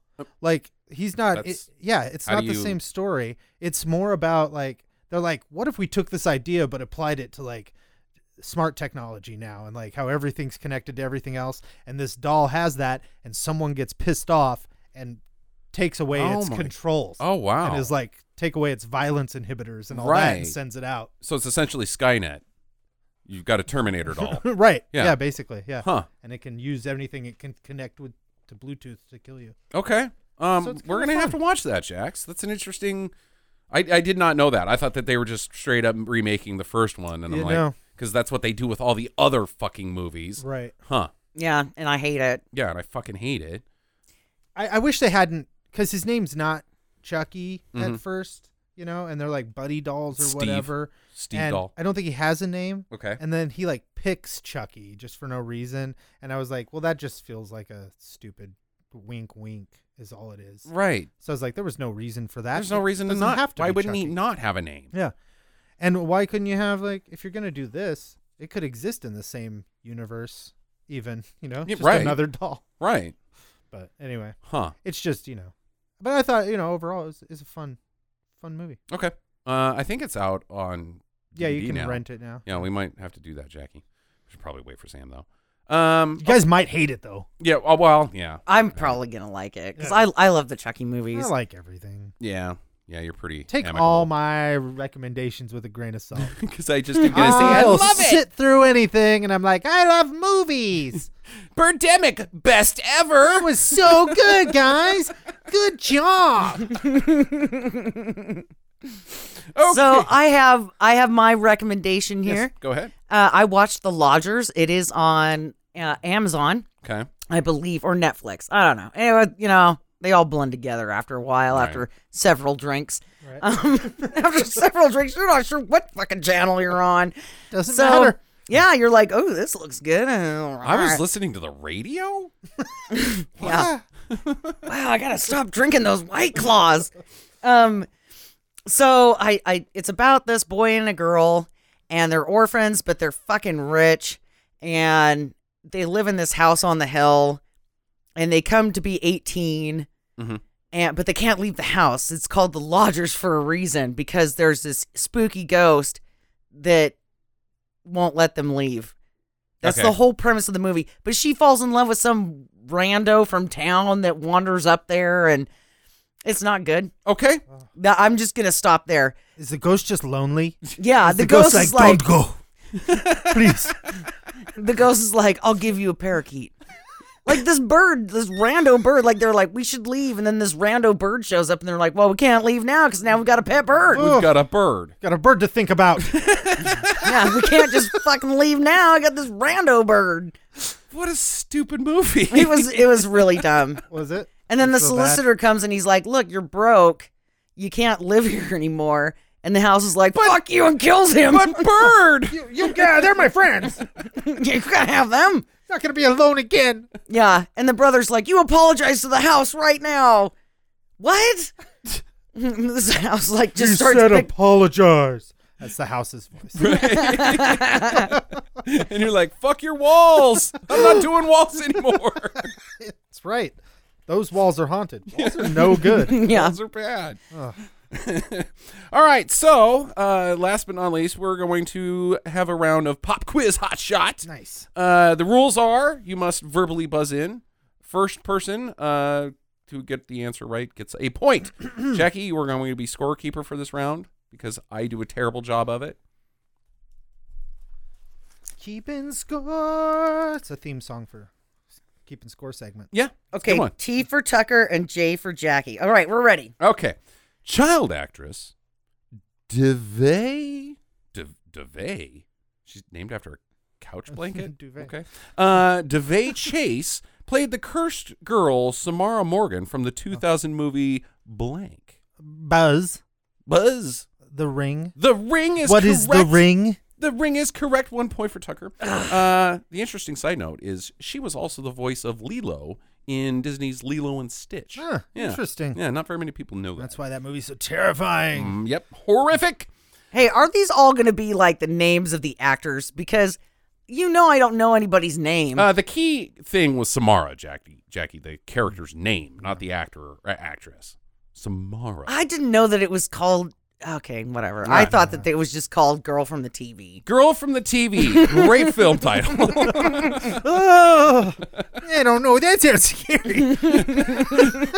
Like he's not. It,
That's-
yeah, it's
how
not
do
the
you-
same story. It's more about like they're like, what if we took this idea but applied it to like smart technology now and like how everything's connected to everything else and this doll has that and someone gets pissed off and takes away
Oh
its
my-
controls.
Oh, wow.
And is like take away its violence inhibitors and all that
Right.
and sends it out.
so it's essentially Skynet. You've got a Terminator doll.
right.
Oh. Yeah.
yeah, basically. Yeah.
Huh.
And it can use anything it can connect with to Bluetooth to kill you.
Okay. Um,
So it's
we're
kinda
gonna have to
fun.
watch that, Jax. That's an interesting. I, I did not know that. I thought that they were just straight up remaking the first one, and
Yeah,
I'm like,
no.
because that's what they do with all the other fucking movies,
Right.
huh?
yeah, and I hate it.
Yeah, and I fucking hate it.
I, I wish they hadn't because his name's not Chucky at first, you know, and they're like buddy dolls or
Mm-hmm. Steve.
whatever.
Steve
and
doll.
I don't think he has a name.
Okay.
And then he like picks Chucky just for no reason. And I was like, well, that just feels like a stupid wink wink is all it is.
Right.
So I was like, there was no reason for that.
There's no
It
reason to
doesn't
not.
Have to
Why
be
wouldn't he
Chucky.
not have a name?
Yeah. And why couldn't you have like if you're gonna do this, it could exist in the same universe, even you know,
Yeah,
just
right.
another doll.
Right.
But anyway,
Huh.
it's just you know. But I thought you know overall it's it's a fun, fun movie.
Okay. Uh, I think it's out on.
Yeah, you
DVD
can
now.
rent it now.
Yeah, we might have to do that, Jackie. We should probably wait for Sam though. Um.
You guys might hate it though.
Yeah. oh, Well. Yeah.
I'm probably gonna like it because I I love the Chucky movies.
I like everything.
Yeah. Yeah. You're pretty.
Take
amicable.
all my recommendations with a grain of salt.
because I just am gonna say I
I'll
love
sit through anything, and I'm like, I love movies.
Birdemic, best ever.
That was so good, guys. Good job.
Okay.
So I have I have my recommendation
Yes,
here.
go ahead.
Uh, I watched The Lodgers. It is on uh, Amazon,
Okay.
I believe, or Netflix. I don't know. Anyway, you know, they all blend together after a while,
Right.
after several drinks. Um, after several drinks, you're not sure what fucking channel you're on.
Doesn't
so
matter.
yeah, you're like, oh, this looks good.
I was listening to the radio.
Yeah. wow, I gotta stop drinking those white claws. Um, so I, I, it's about this boy and a girl, and they're orphans, but they're fucking rich, and they live in this house on the hill, and they come to be 18
Mhm.
and but they can't leave the house. It's called the lodgers for a reason because there's this spooky ghost that won't let them leave. That's
Okay.
the whole premise of the movie. But she falls in love with some rando from town that wanders up there, and it's not good.
Okay.
Now, I'm just gonna stop there.
Is the ghost just lonely?
Yeah, the, ghost, is like,
go. Please.
the ghost is like, I'll give you a parakeet. Like this bird, this rando bird, like they're like, we should leave. And then this rando bird shows up and they're like, well, we can't leave now because now we've got a pet bird.
We've got a bird.
Got a bird to think about.
yeah, we can't just fucking leave now. I got this rando bird.
What a stupid movie.
It was it was really dumb.
Was it?
And then the
That's so bad.
solicitor comes and he's like, look, you're broke. You can't live here anymore. And the house is like, fuck you, and kills him.
but bird.
You guys, they're my friends.
you gotta have them.
Not gonna be alone again.
Yeah. And the brother's like, You apologize to the house right now. What? this house like just starts pick-
apologize. That's the house's voice.
and you're like, fuck your walls. I'm not doing walls anymore.
That's right. Those walls are haunted. Walls are no good.
Yeah.
Those are bad. All right. So, uh, last but not least, we're going to have a round of pop quiz hot shot.
Nice.
Uh, the rules are you must verbally buzz in. First person uh, to get the answer right gets a point. Jackie, you are going to be scorekeeper for this round because I do a terrible job of it.
Keeping score. It's a theme song for keeping score segment.
Yeah. it's a good
Okay.
one.
T for Tucker and J for Jackie. All right, we're ready.
Okay. Child actress DeVay. De- DeVay? She's named after a couch blanket?
Duvet.
Okay. Uh, DeVay Chase played the cursed girl Samara Morgan from the 2000 movie Blank.
Buzz.
Buzz.
The ring.
The ring is
What
correct.
is the ring?
The ring is correct. One point for Tucker. Uh, the interesting side note is she was also the voice of Lilo in Disney's Lilo and Stitch.
Huh, interesting.
Yeah, not very many people know that.
That's why that movie's so terrifying.
Mm, yep. Horrific.
Hey, are these all gonna be like the names of the actors? Because you know I don't know anybody's name.
Uh, the key thing was Samara, Jackie. Jackie, the character's name, not the actor or actress. Samara.
I didn't know that it was called okay, whatever. I
Right.
thought that it was just called Girl from the TV.
Girl from the TV. Great film title.
Oh, I don't know. That sounds scary.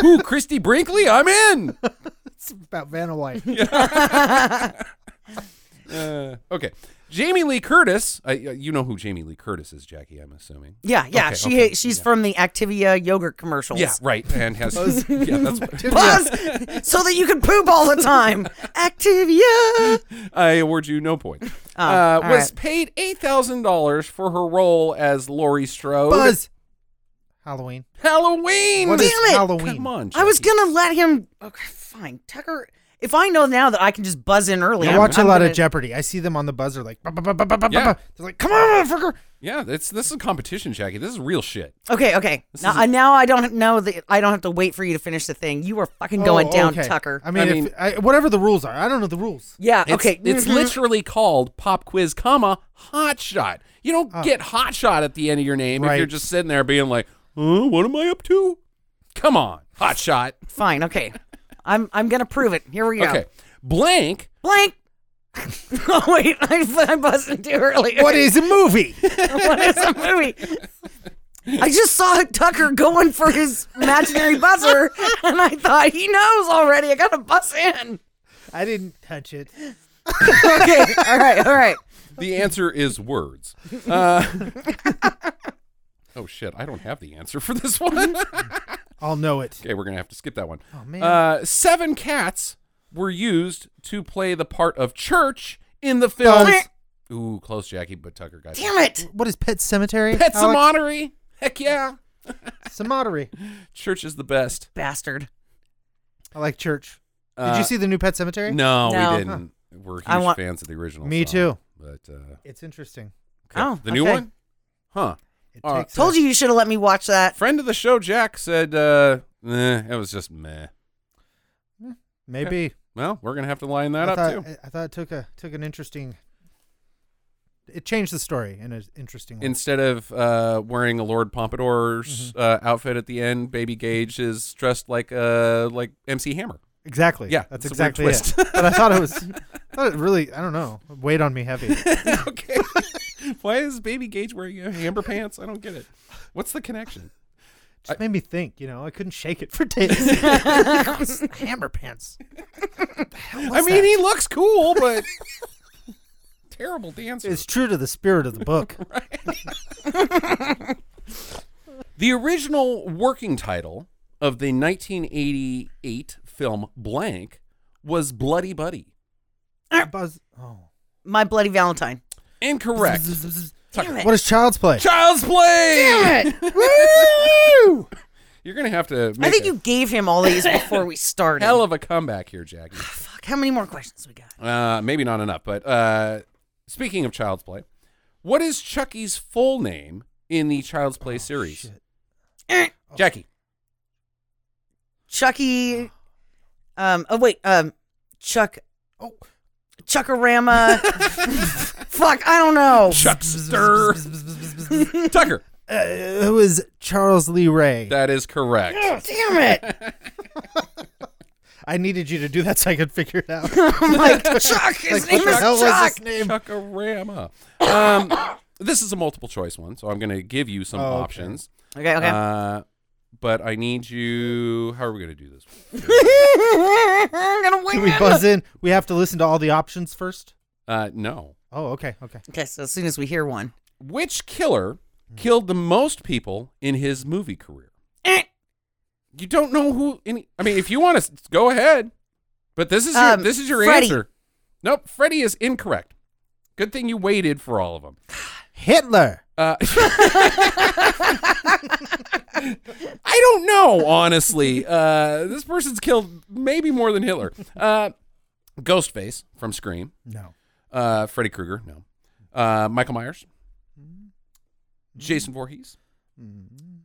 Ooh, Christy Brinkley. I'm in.
it's about Vanna White.
Uh, okay. Jamie Lee Curtis. Uh, you know who Jamie Lee Curtis is, Jackie. I'm assuming.
Yeah, yeah.
Okay,
she
okay,
she's from the Activia yogurt commercials.
Yeah, right. And has yeah, that's
Buzz, so that you can poop all the time. Activia.
I award you no point.
Oh,
uh,
all
was
right.
paid eight thousand dollars for her role as Laurie Strode.
Buzz. Halloween.
Halloween.
What is
Damn it.
Halloween?
Come on,
I was
Jackie.
gonna let him. Okay, fine, Tucker. If I know now that I can just buzz in early,
I
I'm-
watch
I'm
a lot
gonna-
of Jeopardy. I see them on the buzzer like, "Ba, ba, ba, ba, ba, ba,
Yeah.
ba." they're like, come on, motherfucker.
Yeah, this this is a competition, Jackie. This is real shit.
Okay, okay. Now, I now I don't know that I don't have to wait for you to finish the thing. You are fucking going
Oh,
down,
okay.
Tucker.
I mean,
I
if-
mean-
I- whatever the rules are, I don't know the rules.
yeah.
It's,
okay.
it's
Mm-hmm.
mhm.
literally called pop quiz, comma hot shot. You don't get hot shot at the end of your name if
Ah. Right.
you're just sitting there being like, "Huh, what am I up to?" Come on, hot shot.
fine. Okay. I'm I'm gonna prove it. Here we go.
Okay, blank.
Blank. oh wait, I, I buzzed too early.
What is a movie?
what is a movie? I just saw Tucker going for his imaginary buzzer, and I thought he knows already. I gotta buzz in.
I didn't touch it.
Okay, all right, all right.
The answer is words. Uh, oh shit, I don't have the answer for this one.
I'll know it.
okay, we're gonna have to skip that one.
Oh, man.
Uh, seven cats were used to play the part of Church in the film.
Close.
Ooh, close, Jackie, but Tucker got it.
Damn it!
What is Pet Cemetery?
Pet
Alex?
Cemetery. Heck yeah.
Cemetery.
Church is the best.
Bastard.
I like church. Did
Uh,
you see the new Pet Cemetery?
No,
No.
we didn't. We're huge
I want-
fans of the original.
Me
song,
too.
But uh, okay.
It's interesting.
Oh,
the new
okay.
one? Huh.
It
All right.
takes
Told
a-
you you should have let me watch that.
Friend of the show, Jack said, uh, eh, it was just meh.
Maybe.
Well, we're gonna have to line that
I
up
thought,
too.
I, I thought it took a took an interesting. It changed the story in an interesting way.
Instead of uh, wearing a Lord
Mm-hmm.
Pompadour's uh, outfit at the end, Baby Gage is dressed like uh, like MC Hammer.
exactly.
Yeah,
That's
it's a weird
exactly it. but I thought it was. I thought it really. I don't know. Weighed on me heavy.
okay. Why is Baby Gage wearing hammer pants? I don't get it. What's the connection?
Just made me think. You know, I couldn't shake it for days. Hammer pants.
I mean, he looks cool, but terrible dancer.
It's true to the spirit of the book.
The original working title of the 1988 film Blank was Bloody Buddy.
Buzz. Oh.
My Bloody Valentine.
Incorrect.
Damn it.
What is Child's Play?
Child's Play.
Damn it.
Woo! You're gonna have to. Make
I think
a
you gave him all these before we started.
hell of a comeback here, Jackie.
Fuck, how many more questions we got?
Uh, maybe not enough, but uh, speaking of Child's Play, what is Chucky's full name in the Child's
Oh,
Play series? Eh, Jackie.
Chucky. Um. Oh wait. Um. Chuck. Oh. Chuckarama. Fuck. I don't know.
Oh.
Chuckster. Tucker.
Uh, it was Charles Lee Ray.
That is correct.
Damn it.
I needed you to do that so I could figure it out.
I'm like Chuck. His name
what the
is
hell was
Chuck.
his name?
Chuckarama. Um, this is a multiple choice one, so I'm going to give you some
Oh, okay.
options.
Okay. Okay.
Uh, but I need you. How are we going to do this?
I'm gonna
Can
win.
we buzz in? We have to listen to all the options first.
Uh, no.
Oh, okay, okay.
Okay. So as soon as we hear one.
Which killer killed the most people in his movie career?
Eh.
You don't know who any. I mean, if you want to go ahead, but this is your
Um,
this is your
Freddy.
answer. Nope, Freddy is incorrect. Good thing you waited for all of them.
Hitler.
Uh, I don't know, honestly. Uh, this person's killed maybe more than Hitler. Uh, Ghostface from Scream.
No.
Uh, Freddy Krueger, no. Uh, Michael Myers.
Mm-hmm.
Jason Voorhees.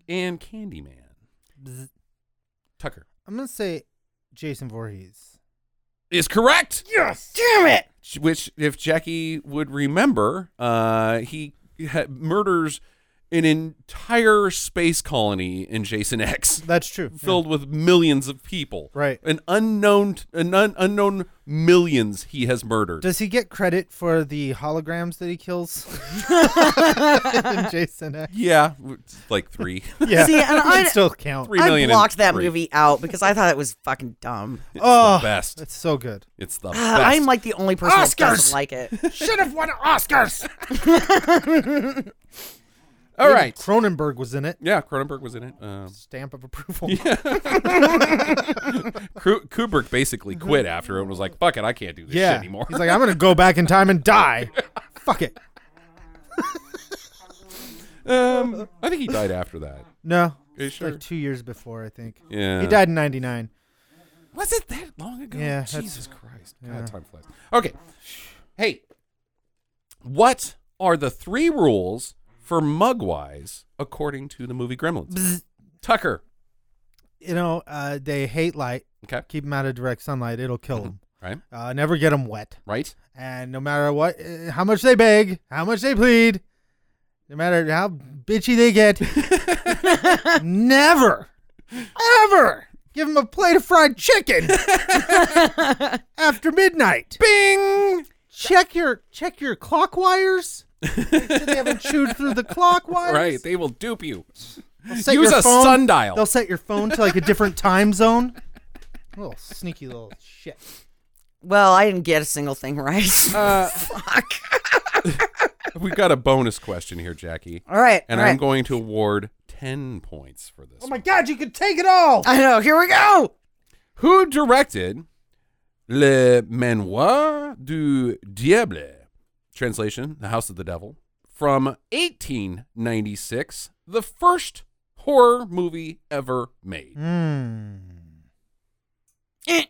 And Candyman. Tucker
I'm gonna say Jason Voorhees.
is correct.
Yes. Damn it.
Which, if Jackie would remember, uh, he ha- murders an entire space colony in Jason X.
That's true. Yeah.
filled with millions of people.
Right.
An unknown an un, unknown millions he has murdered.
Does he get credit for the holograms that he kills? In Jason X.
yeah, it's like 3.
Yeah,
See, and
it
I-
still count.
Three
I
million and
blocked that
three.
movie out because I thought it was fucking dumb.
It's
oh,
the best.
It's so good.
It's the best.
Ah, I'm like the only person that doesn't
Oscars.
like it.
should have won Oscars. All right.
Cronenberg was in it.
Yeah, Cronenberg was in it. Um,
Stamp of approval.
Kru- Kubrick basically quit after it and was like, "Fuck it, I can't do this
Yeah.
shit anymore."
He's like, I'm gonna go back in time and die. Fuck it.
um, I think he died after that.
No.
Are you
it's
sure?
Like two years before, I think.
Yeah.
He died in '99.
Was it that long ago?
Yeah, that's-
Jesus Christ. God,
yeah.
time flies. Okay. Hey, what are the three rules for mugwise according to the movie Gremlins? Tucker.
You know, uh, they hate light.
Okay.
Keep them out of direct sunlight. It'll kill them.
Right.
Uh, never get them wet.
Right.
And no matter what, uh, how much they beg, how much they plead, no matter how bitchy they get, never, ever give them a plate of fried chicken after midnight.
Bing.
Check your check your clock wires. Make sure they haven't chewed through the clock wires.
Right. They will dupe you.
They'll set
Use
your
a sundial.
They'll set your phone to like a different time zone. Little sneaky little shit.
Well, I didn't get a single thing right.
Uh,
Fuck.
We've got a bonus question here, Jackie,
All right.
and
all right.
I'm going to award ten points for this.
Oh my god, you could take it all.
I know. Here we go.
Who directed Le Manoir du Diable? Translation The House of the Devil from 1896, the first horror movie ever made.
Hmm.
Eh,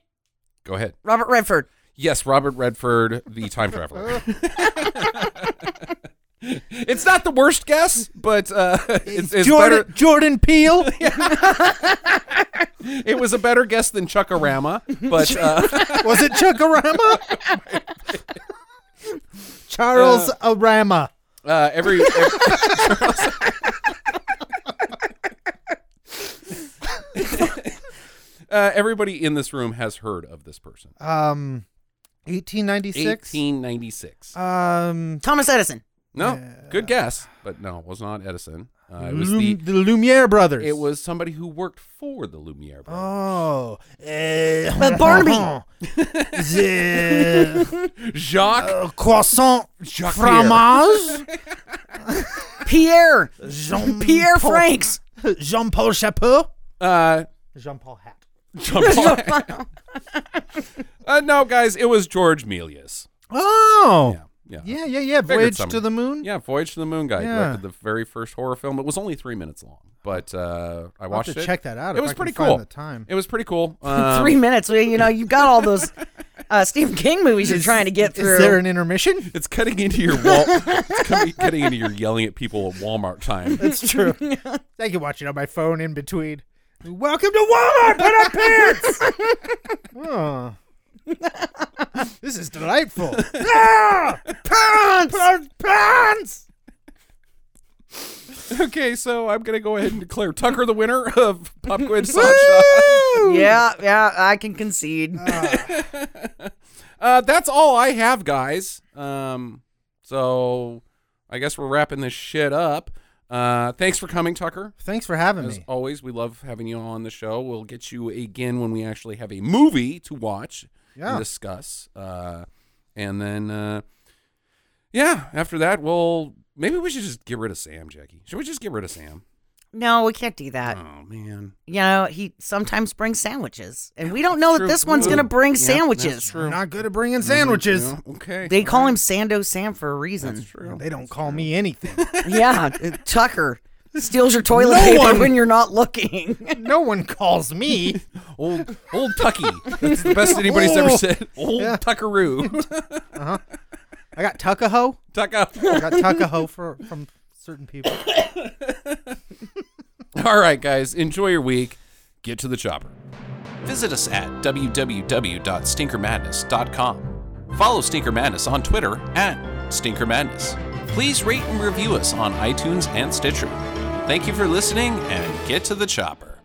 Go ahead.
Robert Redford.
Yes, Robert Redford, the time traveler. it's not the worst guess, but uh, it's, it's
Jordan
better.
Jordan Peele.
It was a better guess than Chuckarama, but uh,
Was it Chuckarama? Charles Arama.
uh, every, every uh, everybody in this room has heard of this person.
Um, 1896.
1896.
Um,
Thomas Edison.
no, good guess, but no, it was not Edison. Uh, it was
Lum-
the
the Lumiere brothers.
it was somebody who worked for the Lumiere brothers.
Oh, eh,
But
but
Barnaby.
the
Oh. Jacques
uh, eh, croissant
Jacques
fromage.
Pierre.
Jean
Pierre Franks.
Jean Paul Chapeau.
Uh,
Jean Paul Hat.
Jean
Um,
Paul. uh, no, guys, it was George Melius.
Oh.
Yeah, yeah,
Yeah, yeah, yeah.
Figured
Voyage
some-
to the Moon.
yeah. Voyage to the Moon guy
Yeah.
directed the very first horror film. It was only three minutes long, but uh, I
I'll have
watched
to
it.
check that out.
It
if
was
I can
pretty
find
cool.
The time.
It was pretty cool. Um,
Three minutes. well, You know, you've got all those uh, Stephen King movies you're trying to get through.
Is there an intermission?
It's cutting into your wall. it's cutting, cutting into your yelling at people at Walmart time.
It's true. I can watch it on my phone in between. Welcome to Walmart. Put on pants. oh. this is delightful. ah! Pants. Put on pants.
Okay, so I'm gonna go ahead and declare Tucker the winner of Pop Quiz Slot Shot.
yeah, yeah, I can concede.
Uh, that's all I have, guys. Um, so I guess we're wrapping this shit up. Uh, thanks for coming, Tucker.
Thanks for having
As
me.
always, we love having you on the show. We'll get you again when we actually have a movie to watch
Yeah.
and discuss. Uh, and then, uh, yeah, after that, we'll maybe we should just get rid of Sam, Jackie. Should we just get rid of Sam?
no, we can't do that.
Oh man,
You know, he sometimes brings sandwiches, and we don't know
True.
that Oh, this one's going to bring
Yeah, that's
sandwiches.
true.
Not good at bringing sandwiches.
Yeah, okay,
They call him Sando Sam for a reason.
that's true.
They don't call me anything.
Yeah, uh, Tucker steals your toilet
No
paper
one-
when you're not looking.
no one calls me.
Old old Tucky. That's the best anybody's ever said.
Oh.
Old
Yeah.
Tuckaroo.
I got Tuckahoe.
Tucka.
I got Tuckahoe for from certain people.
All right, guys, enjoy your week. Get to the chopper. Visit us at www.stinkermadness.com. Follow Stinker Madness on Twitter at Stinker Madness. Please rate and review us on iTunes and Stitcher. Thank you for listening and get to the chopper.